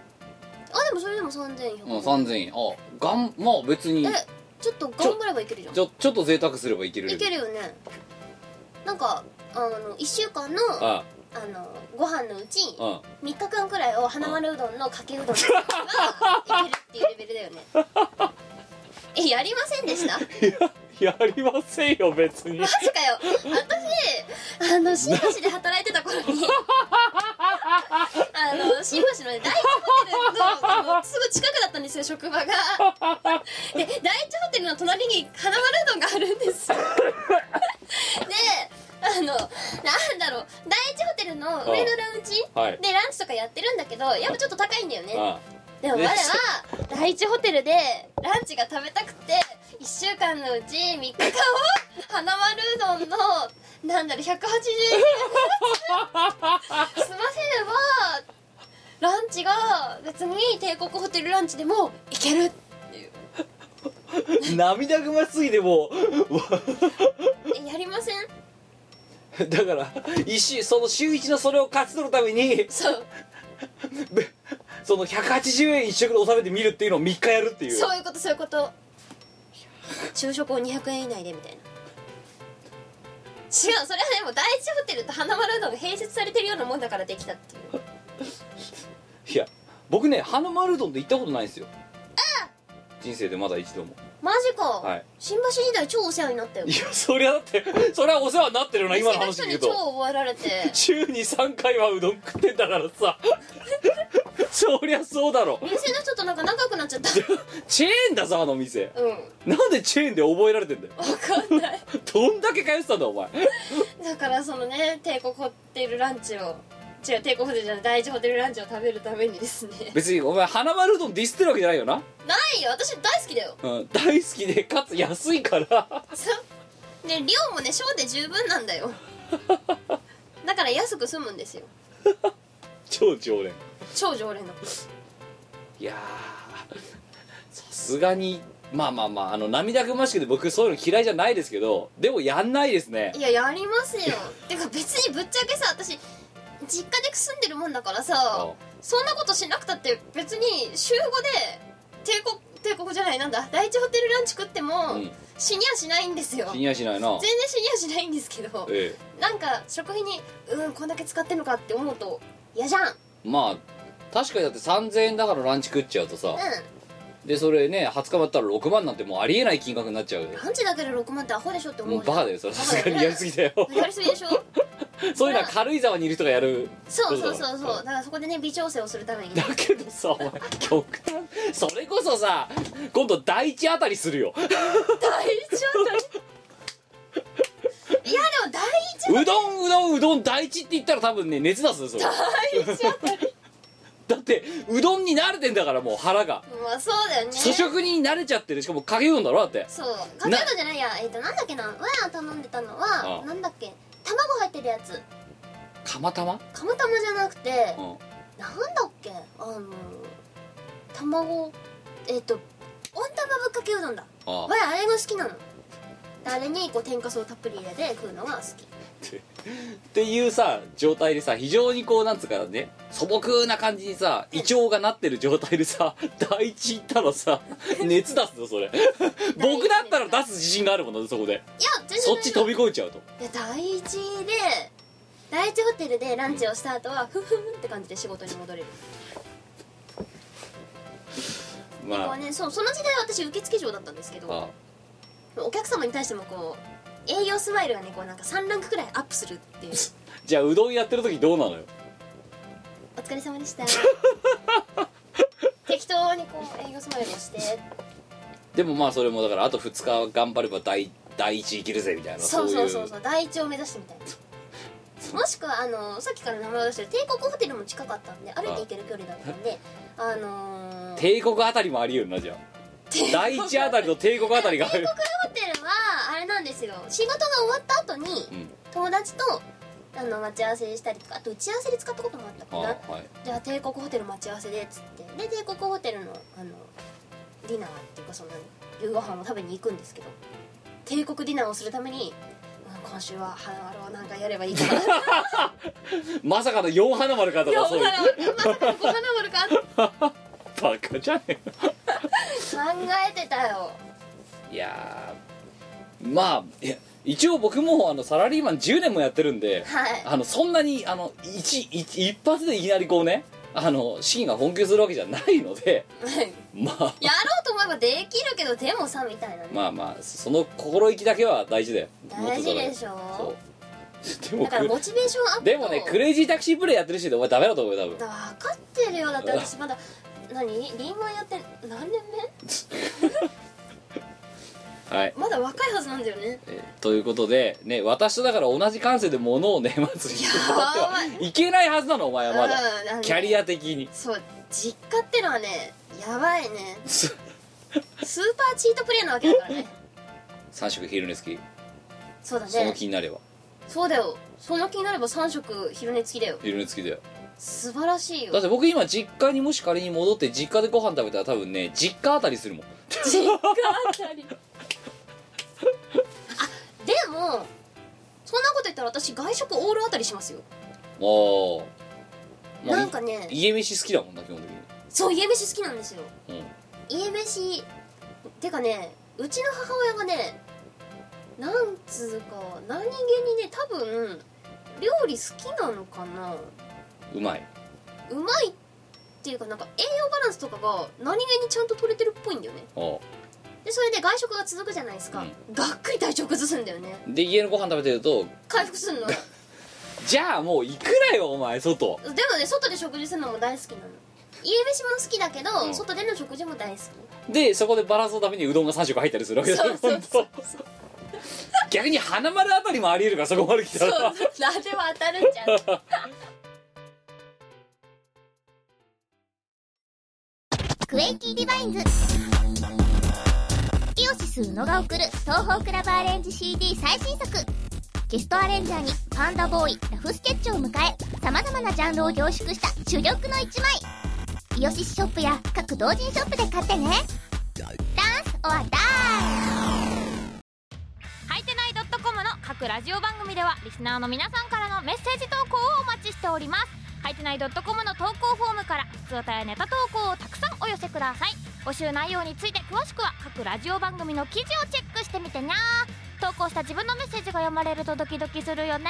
でもそれでも3100
うん、3000円あがんまあ別に
えちょっと頑張ればいけるじゃん
ちょちょっと贅沢すればいける
いけるよねなんかあの1週間のあ
あ
のご飯のうち
ああ
3日間くらいを花丸うどんのかけうどんがいけるっていうレベルだよね えやりませんでした
やりませんよ別に
マジかよ私あの新橋で働いてた頃 にあの新橋のね第一ホテルのあのすぐ近くだったんですよ 職場がで第一ホテルの隣に花丸うどんがあるんですよであのなんだろう第一ホテルの上のラウンジ
はい
でランチとかやってるんだけどやっぱちょっと高いんだよね
あ
でも我は第一ホテルでランチが食べたくて1週間のうち3日間を花丸うどんのなんだろう180円で済ませればランチが別に帝国ホテルランチでもいける
涙ぐますぎても
えやりません
うだから一週その週一のそれを勝ち取るために
そう
べその180円一食で収めてみるっていうのを3日やるっていう
そういうことそういうこと昼食を200円以内でみたいな違うそれはでも第一ホテルと花丸うどんが併設されてるようなもんだからできたっていう
いや僕ね花丸うどんって行ったことないんですよ人生でまだ一度も
マジか、
はい
新橋時代超お世話になったよ
いやそりゃだってそれはお世話になってるよな今の
店の
話で
人
言
に
う
超
と
覚えられ て
週に3回はうどん食ってんだからさ そりゃそうだろ
店の人となんか仲良くなっち ゃった
チェーンだぞあの店
うん
なんでチェーンで覚えられてんだよ
わかんない
どんだけ通ってたんだお前
だからそのね帝国ホテルランチを違う帝国ホテルじゃない第一ホテルランチを食べるためにです ね
別にお前花丸うどんディスってるわけじゃないよな、
ないよ私大好きだよ
うん、大好きでかつ安いから
さね量もね小で十分なんだよだから安く済むんですよ
超常連
超常連の
いやーさすがにまあまあまああの涙ぐましくて僕そういうの嫌いじゃないですけどでもやんないですね
いややりますよてか別にぶっちゃけさ私実家で住んでるもんだからさ
あ
そんなことしなくたって別に週5で帝国帝国じゃないなんだ第一ホテルランチ食っても
うん
死にはしないんですよ
気
全
には
然
しないな
死にはしないんですけど
え
なんか食費にうんこんだけ使ってんのかって思うと嫌じゃんうん
えまあ確かにだって3000円だからランチ食っちゃうとさでそれね20日待ったら6万なんてもうありえない金額になっちゃうよ
ランチだけで6万ってアホでしょって思
も
う
うバカだよそれさすがにやりすぎだよ
ぎやりすぎでしょ
そういうのは軽井沢にいる人がやる
そうそう
ことだ
そうそうだからそこでね微調整をするために
だけどさお前極端それこそさ今度第一あたりするよ
大丈夫いやでも第一
うどんうどんうどん第一って言ったら多分ね熱出すよそれ だってうどんに慣れてんだからもう腹が
まあそうだよね
粗食に慣れちゃってるしかもかけうどんだろだって
そうかけうどんじゃないやえっ、となんだっけなわや頼んでたのは
ああ
なんだっけ卵入ってるやつ
たまたま
かまたまじゃなくて
うん
なんだっけあの卵えっ、と温玉ぶっかけうどんだ
ああ
わやあれが好きなのあれにこう天かすをたっぷり入れて食うのが好き
っていうさ状態でさ非常にこうなんつうかね素朴な感じにさ胃腸がなってる状態でさ第一行ったらさ熱出すぞそ れ僕だったら出す自信があるもんなそこで
いや全然
そっち飛び越えちゃうと
いや第一で第一ホテルでランチをした後はふふふって感じで仕事に戻れるこ
ま
うねそうその時代は私受付嬢だったんですけ
ああ
どお客様に対してもこう営業スマイルがねこうなんか3ランクくらいアップするっていう
じゃあうどんやってる時どうなのよ
お疲れ様でした適当にこう営業スマイルをして
でもまあそれもだからあと2日頑張れば第第一いけるぜみたいな
そうそうそう
そ
そう第一を目指してみたいなもしくはあのさっきから名前を出してる帝国ホテルも近かったんで歩いて行ける距離だったんであのー、
帝国あたりもあり得るなじゃあ第一あたりと帝国あたりがある
ホテルはあれなんですよ仕事が終わった後に
うん
友達とあの待ち合わせしたりとかあと打ち合わせで使ったこともあった
あ
か
あ
な
はい
じゃあ帝国ホテル待ち合わせでっつってで帝国ホテルのあのディナーっていうかその夕ご飯を食べに行くんですけど帝国ディナーをするために、うん今週は花丸をなんかやればいい かな
まさかの4花丸かと
い や
か
お
そう
花
いう
丸まさかここ花丸かって
バカじゃねえの
考えてたよ
いやーまあいや一応僕もあのサラリーマン10年もやってるんで、
はい
あのそんなにあの一一一発でいきなりこうねあのシーンが本気するわけじゃないのでまあ
やろうと思えばできるけどでもさみたいなね、
まあまあその心意気だけは大事だよ
大事でし
そ
ょ
うでも
だからモ
く
チベーションアップと
でもねクレイジータクシープレイやってる人でお前ダメだと思うよ多分
だから分かってるよだって私まだ何リーマンやって何年
はい
目まだ若いはずなんだよね
えーということでね私とだから同じ感性で物をねまず言ってもらってはいけないはずなのお前はまだ
うんあのね
キャリア的に
そう実家ってのはねやばいねスーパーチートプレイなわけだ からね
3食昼寝付き
そうだ
その
ね
気になれば
そうだよその気になれば3食昼寝付きだよ
昼寝付きだよ
素晴らしいよ
だって僕今実家にもし仮に戻って実家でご飯食べたら多分ね実家あたりするもん
実家あたりあでもそんなこと言ったら私外食オールあたりしますよ
もう
なんかね
家飯好きだもんな基本的
そう家飯好きなんですよ
にうん
家飯てかねうちの母親がねなんつうか何気にね多分料理好きなのかな
うまいう
まいっていうかなんか栄養バランスとかが何気にちゃんと取れてるっぽいんだよね
お
でそれで外食が続くじゃないですか、がっくり体調崩すんだよね
うで家のご飯食べてると
回復するので
じゃあもう行くなよお前外
もね外で食事するのも大好きなの家飯も好きだけど、
うん
外での食事も大好き
でそこでバランスのためにうどんが3食入ったりするわけだよ
そうそう
本当 逆に花丸あたりもありえるからそこまで来た
そう
ら
何でも当たるんじゃん
クエイティディバインズイオシス宇野が送る東方クラブアレンジ CD 最新作ゲストアレンジャーにパンダボーイラフスケッチを迎え様々なジャンルを凝縮した珠玉の一枚イオシスショップや各同人ショップで買ってねダンスオアダ
は
ン
いてない .com の各ラジオ番組ではリスナーの皆さんからのメッセージ投稿をお待ちしておりますはいてない .com の投稿フォームから普通歌やネタ投稿をたくさんお寄せください募集内容について詳しくは各ラジオ番組の記事をチェックしてみてにゃー投稿した自分のメッセージが読まれるとドキドキするよね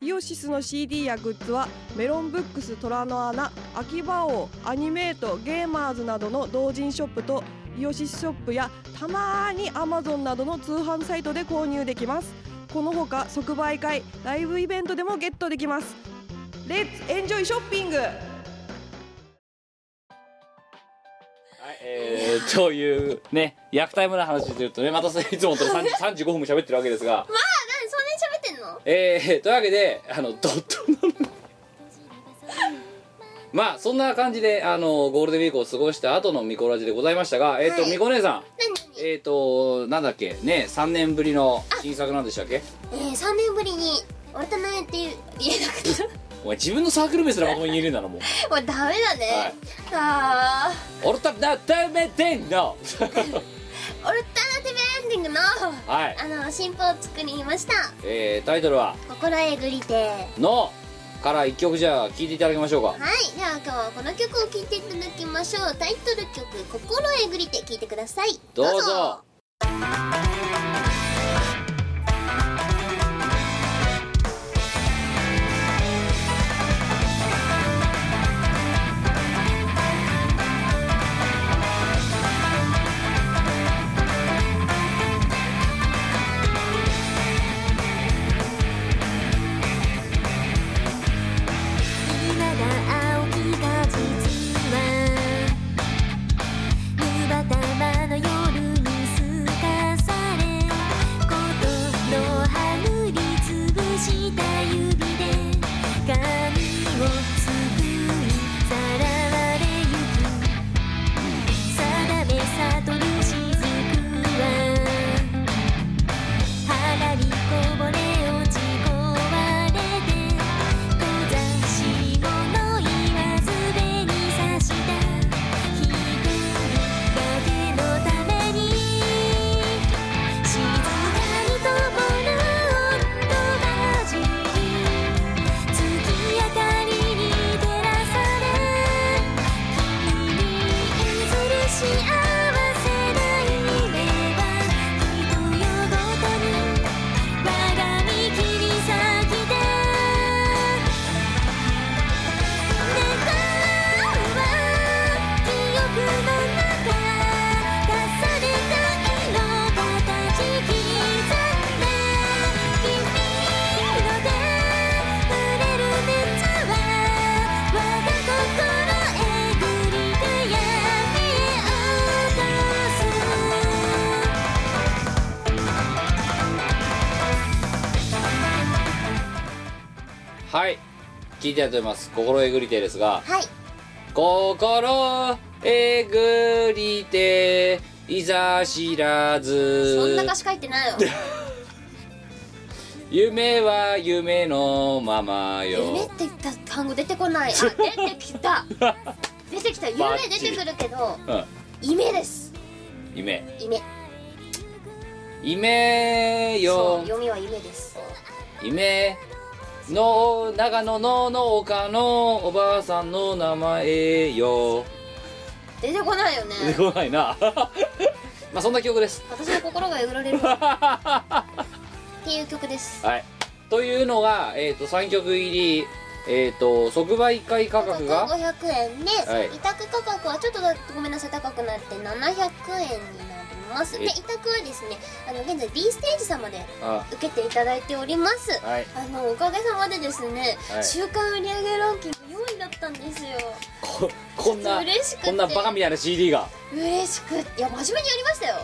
イオシスの CD やグッズはメロンブックス虎の穴秋葉王アニメートゲーマーズなどの同人ショップとイオシスショップやたまーにアマゾンなどの通販サイトで購入できますこのほか即売会ライブイベントでもゲットできますレッツエンジョイショッピング
はい、えー、というね薬体村の話というとねまたそれいつもと3 35分も喋ってるわけですが
そんなに喋ってんの
えー、というわけであのド ットのまあそんな感じであのゴールデンウィークを過ごした後のミコラジでございましたがえっ、と、
はい
ミコ姉さん
何
えっ、となんだっけね3年ぶりの新作なんでしたっけ
えー、3年ぶりに「オルタナエ」っていう言えなくて
お前自分のサークル名すらまともに言えるんだなもう
もうダメだね、あ
「オルタナタメテンの」
ーオルタナティブエンディングのあ
はい
の新譜を作りました
えー、タイトルは
心えぐりては
「の」から1曲じゃあ聴いていただきましょうか
いでは今日はこの曲を聴いていただきましょうタイトル曲「心えぐりて」聴いてください
どうぞ
今だ青きが実は夕方の夜に透かされ孤独のはぐりつぶした指で髪をすくいさらわれゆく定め悟るしずくは腹にこぼれ落ち壊れて「こざしものいわずべにさした」「ひとりだけのために」「静かにともる音とまじり」「月明かりに照らされ」「君に譲る幸せな夢は人よごとに」「わがみ切り裂きで」「願うは記憶の中」「重ねた色形刻んで」「君の手触れる熱は我が心えぐりて闇へ落とす」
はい聴いていただいてます「心えぐりて」ですが
はい
心えぐりていざ知ら
そん
ず
な歌詞書いてないよ
夢は夢のまま
夢っ
よ
て言った単語出てこ ないあ出てきた出てきた夢出てくるけど
うん
夢です
夢
夢
夢
そう
よ
読みは夢です
夢の長野の農家のおばあさんの名前よ
出てこないよね
出てこないな まあそんな曲です
私の心がえぐられるっていう曲です
はいというのが、えー、と3曲入りえっ、と即売会価格が
500円で、
はい
委託価格はちょっとだごめんなさい高くなって700円になります
え
で委託はですねあの現在 B ステージ様で
あ
受けていただいております
はい
あのおかげさまでですね、
はい
週間売上ランキング4位だったんですよ
ここんな
嬉しくて
こんなバカみたいな CD が
嬉しくっていや真面目にやりましたよ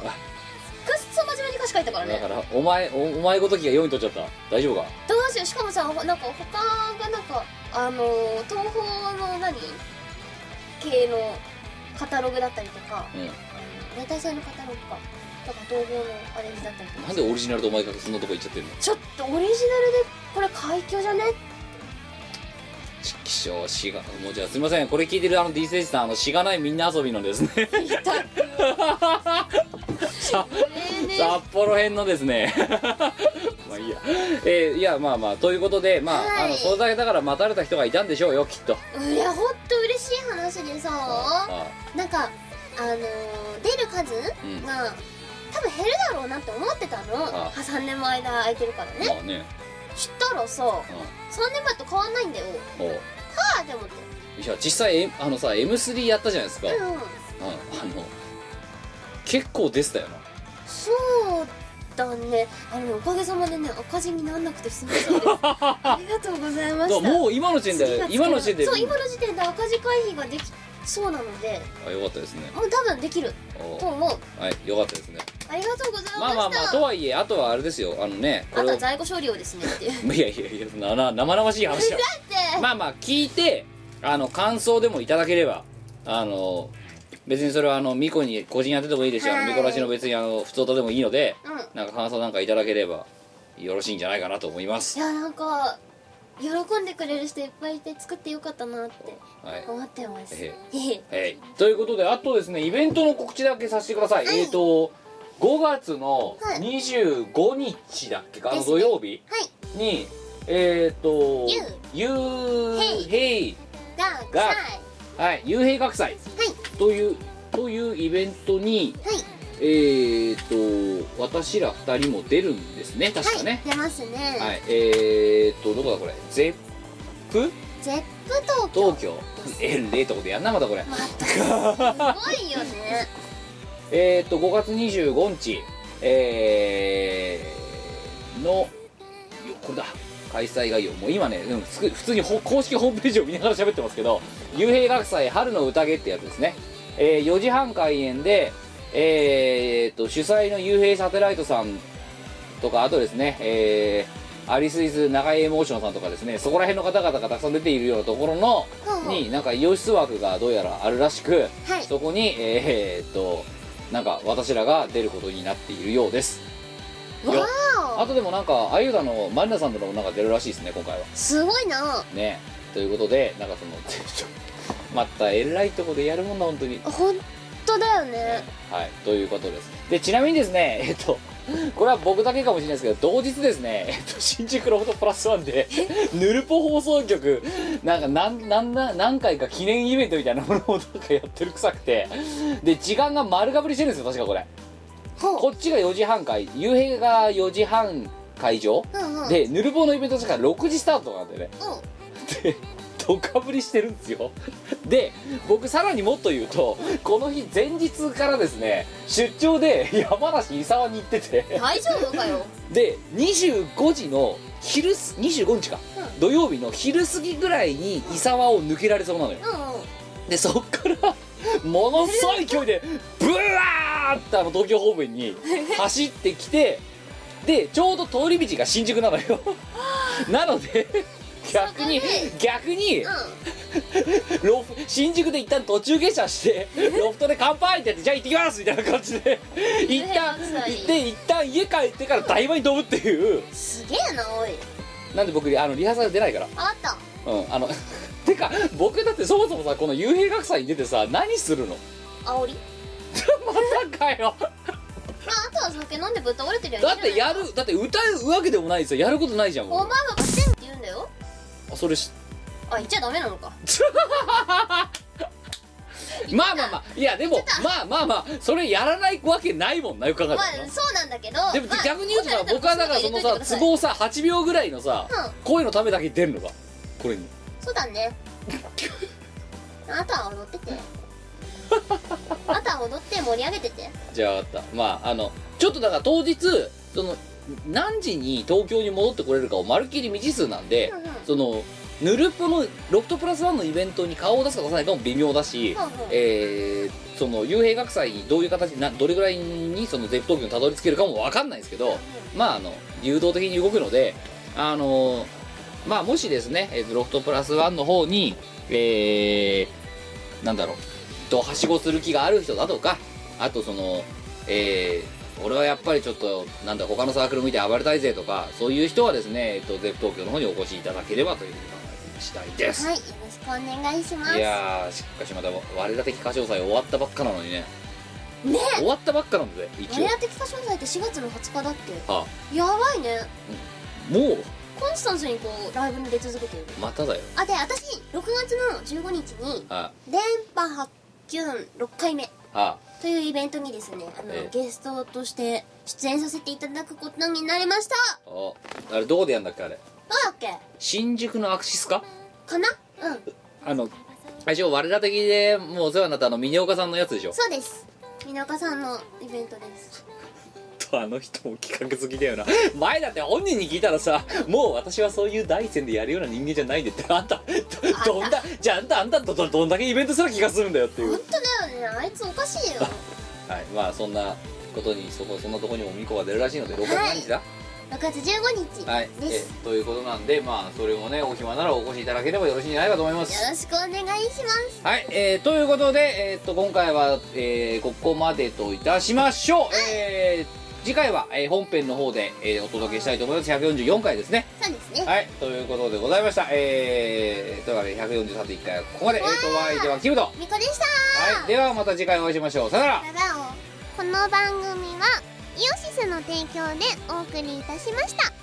くっそ真面目に歌詞書いたから
だ
ね
からお前おお前ごときが4位取っちゃった大丈夫か
どうしようしかもさほなんか他がなんかあのー東宝の何系のカタログだったりとか
うん
大体祭のカタログかとか東宝のアレンジだったりと
な
か
んでオリジナルとお前がそんなとこ行っちゃってるの
ちょっとオリジナルでこれ快挙じゃね
ち希少しがもうじゃあすいませんこれ聞いてるあの D セージさんあのしがないみんな遊びのですね
みたい
さ
ねえ
札幌編のですねまあいいやえーいやまあまあということでまあ,、
はい
あのそれだけだから待たれた人がいたんでしょうよきっと
いやほんと嬉しい話でさ
あ
なんかあのー出る数
うん
が多分減るだろうなって思ってたの
あ
3年前間空いてるからね
まあね
知ったらさ3年前と変わんないんだよ
うんもう
はあって思って
いや実際えあのさ M3 やったじゃないですか、うん、
うん
あの結構出てたよな
そうったんねあのおかげさまでね赤字にならなくて済みそうです ありがとうございま
だ
し
から
た
もう今の時点
次
で
がつけられ
今の時点で
そう今の時点で赤字回避ができそうなので
あよかったですね
もう多分できる
お
と
ー
思う
はいよかったですね
ありがとうございました、
まあまあまあとはいえあとはあれですよあのねこ
あ
とれを
はい在庫処理をですねっていう
やいやいやそんなな生々しい話だまあまあ聞いてあの感想でもいただければあの別にそれはあのミコに個人当ててもいいですよ、あの
はい
ミコラジの別にあの普通とでもいいので
うん
なんか感想なんかいただければよろしいんじゃないかなと思いま
い
す
やなんか喜んでくれる人いっぱいいて作ってよかったなって
はい
思ってます
え
え
はい、ということであとですねイベントの告知だけさせてください、えっ、と5月の
はい
25日だっけか、あの
です
土
ね
曜日にえっ、と「ゆう
へい
へい」
が
がはい「ゆうへい学祭」というというイベントに、
はい
えっ、と私ら2人も出るんですね確かね、
出ますね
はい、えっ、とどこだこれゼップ
ゼップ東京
東京 えれえとこでやんなまたこれ
またすごい よね
えー、と5月25日、えーのよこれだ開催概要もう今ね、うん、すく普通にほ公式ホームページを見ながら喋ってますけど「幽閉学祭春の宴」ってやつですね、えー4時半開演で、えー、と主催の幽閉サテライトさんとかあとですね、えーアリスイズ長江エモーションさんとかですねそこら辺の方々がたくさん出ているようなところの
ほうほう
になんか洋室枠がどうやらあるらしく、
はい
そこにえーっとなんか私らが出ることになっているようです
わ
よ
ー
あとでもなんかあゆだのマリナさんとのもなんか出るらしいですね今回は
すごいな
ねということでなんかその またえらいとこでやるもんな本当に
本当だよね
はいということですでちなみにですねえっとこれは僕だけかもしれないですけど同日ですね、えっと、新宿ロフトプラスワンでヌルポ放送局なんか何何何何回か記念イベントみたいなものをなんかやってる臭くてで時間が丸かぶりしてるんですよ確かこれこっちが4時半会夕平が4時半会場
うんうん
でヌルポのイベント確か6時スタートなんでね
うん
でどかぶりしてるんですよで僕さらにもっと言うとこの日前日からですね出張で山梨三沢に行ってて
大丈夫かよ
で25時の昼す25日か、
う
土曜日の昼過ぎぐらいに伊沢を抜けられそうなのよ
うんうん
でそっからものすごい勢いでブワーってあの東京方面に走ってきてでちょうど通り道が新宿なのよなので逆に逆に、ロフ新宿で一旦途中下車してロフトで乾杯ってやってじゃあ行ってきますみたいな感じで一旦行って一旦家帰ってから台場に飛ぶっていう
すげえなおい
なんで僕あのリハーサル出ないから
あわかった
うんあの てか僕だってそもそもさこの幽閉学祭に出てさ何するの
煽り
またかよ
まああとは酒飲んでぶっ倒れてりゃいい
だ
じゃ
っ
ない
てやるだって歌うわけでもないですよやることないじゃん
お前
僕
はバチンって言うんだよ
あそれし
あ言っちゃダメなのか
まあまあまあいやでもまあまあまあそれやらないわけないもんなよく考えた
ま
ら
あそうなんだけど
でも
まあ
逆に言うとさ僕はだからそのさ都
い
合さ8秒ぐらいのさ
うん
声のためだけ出るのかこれに
そう だねあとは踊っててあとは踊って盛り上げてて
じゃあ分かったまああのちょっとだから当日その何時に東京に戻ってこれるかをまるっきり未知数なんで
うんうん
そのヌルポのロフトプラスワンのイベントに顔を出すか出さないかも微妙だし、
うんうん
えーその幽閉学祭にどういう形などれぐらいにそのゼップ東京にたどり着けるかも分かんないんですけど、まああの流動的に動くのであのーまあもしですねえーロフトプラスワンの方にえーなんだろうとはしごする気がある人だとかあとそのえー俺はやっぱりちょっとなんだ他のサークル見て暴れたいぜとかそういう人はですね、えっと、ゼップ東京の方にお越しいただければというふうに考えてしたいです、
はいよろしくお願いします
いやーしかしまだ我ら的歌唱祭終わったばっかなのにね
ね
終わったばっかなんだぜ一
我
応、
ら的歌唱祭って4月の20日だっけ
は
やばいね
あ、もう
コンスタンスにこうライブに出続けてる
まただよ
あで私6月の15日に
は
「電波発見6回目
あ、はあ、」
というイベントにですねあの、
ええ
ゲストとして出演させていただくことになりました
ああれどこでやんだっけあれ
どうだっけ
新宿のアクシスか
かなうん
あの最初我ら的でもうお世話になったあの峰岡さんのやつでしょ
そうです皆岡さんのイベントです
当あの人も企画好きだよな前だって本人に聞いたらさもう私はそういう第一線でやるような人間じゃないんでってあんたどどんだじゃああんたあんたとどどんだけイベントする気がするんだよっていう
本当だよねあいつおかし いよ
はいまあそんなことにそこそんなとこにもみこが出るらしいので6月何日だ
6月15日、
はい、
で
え
す
ということなんでまあそれもねお暇ならお越しいただければよろしいんじゃないかと思います
よろしくお願いします
はい、えー、ということで、えー、と今回は、えーここまでといたしましょう、えー次回は、えー本編の方で、えーお届けしたいと思います144回ですね
そうですね
はいということでございましたえー、というわけで143で1回はここまでえっ、ー、とお相手はキムトは
みこでした
いではまた次回お会いしましょうさよなら
ただをこの番組はイオシスの提供でお送りいたしました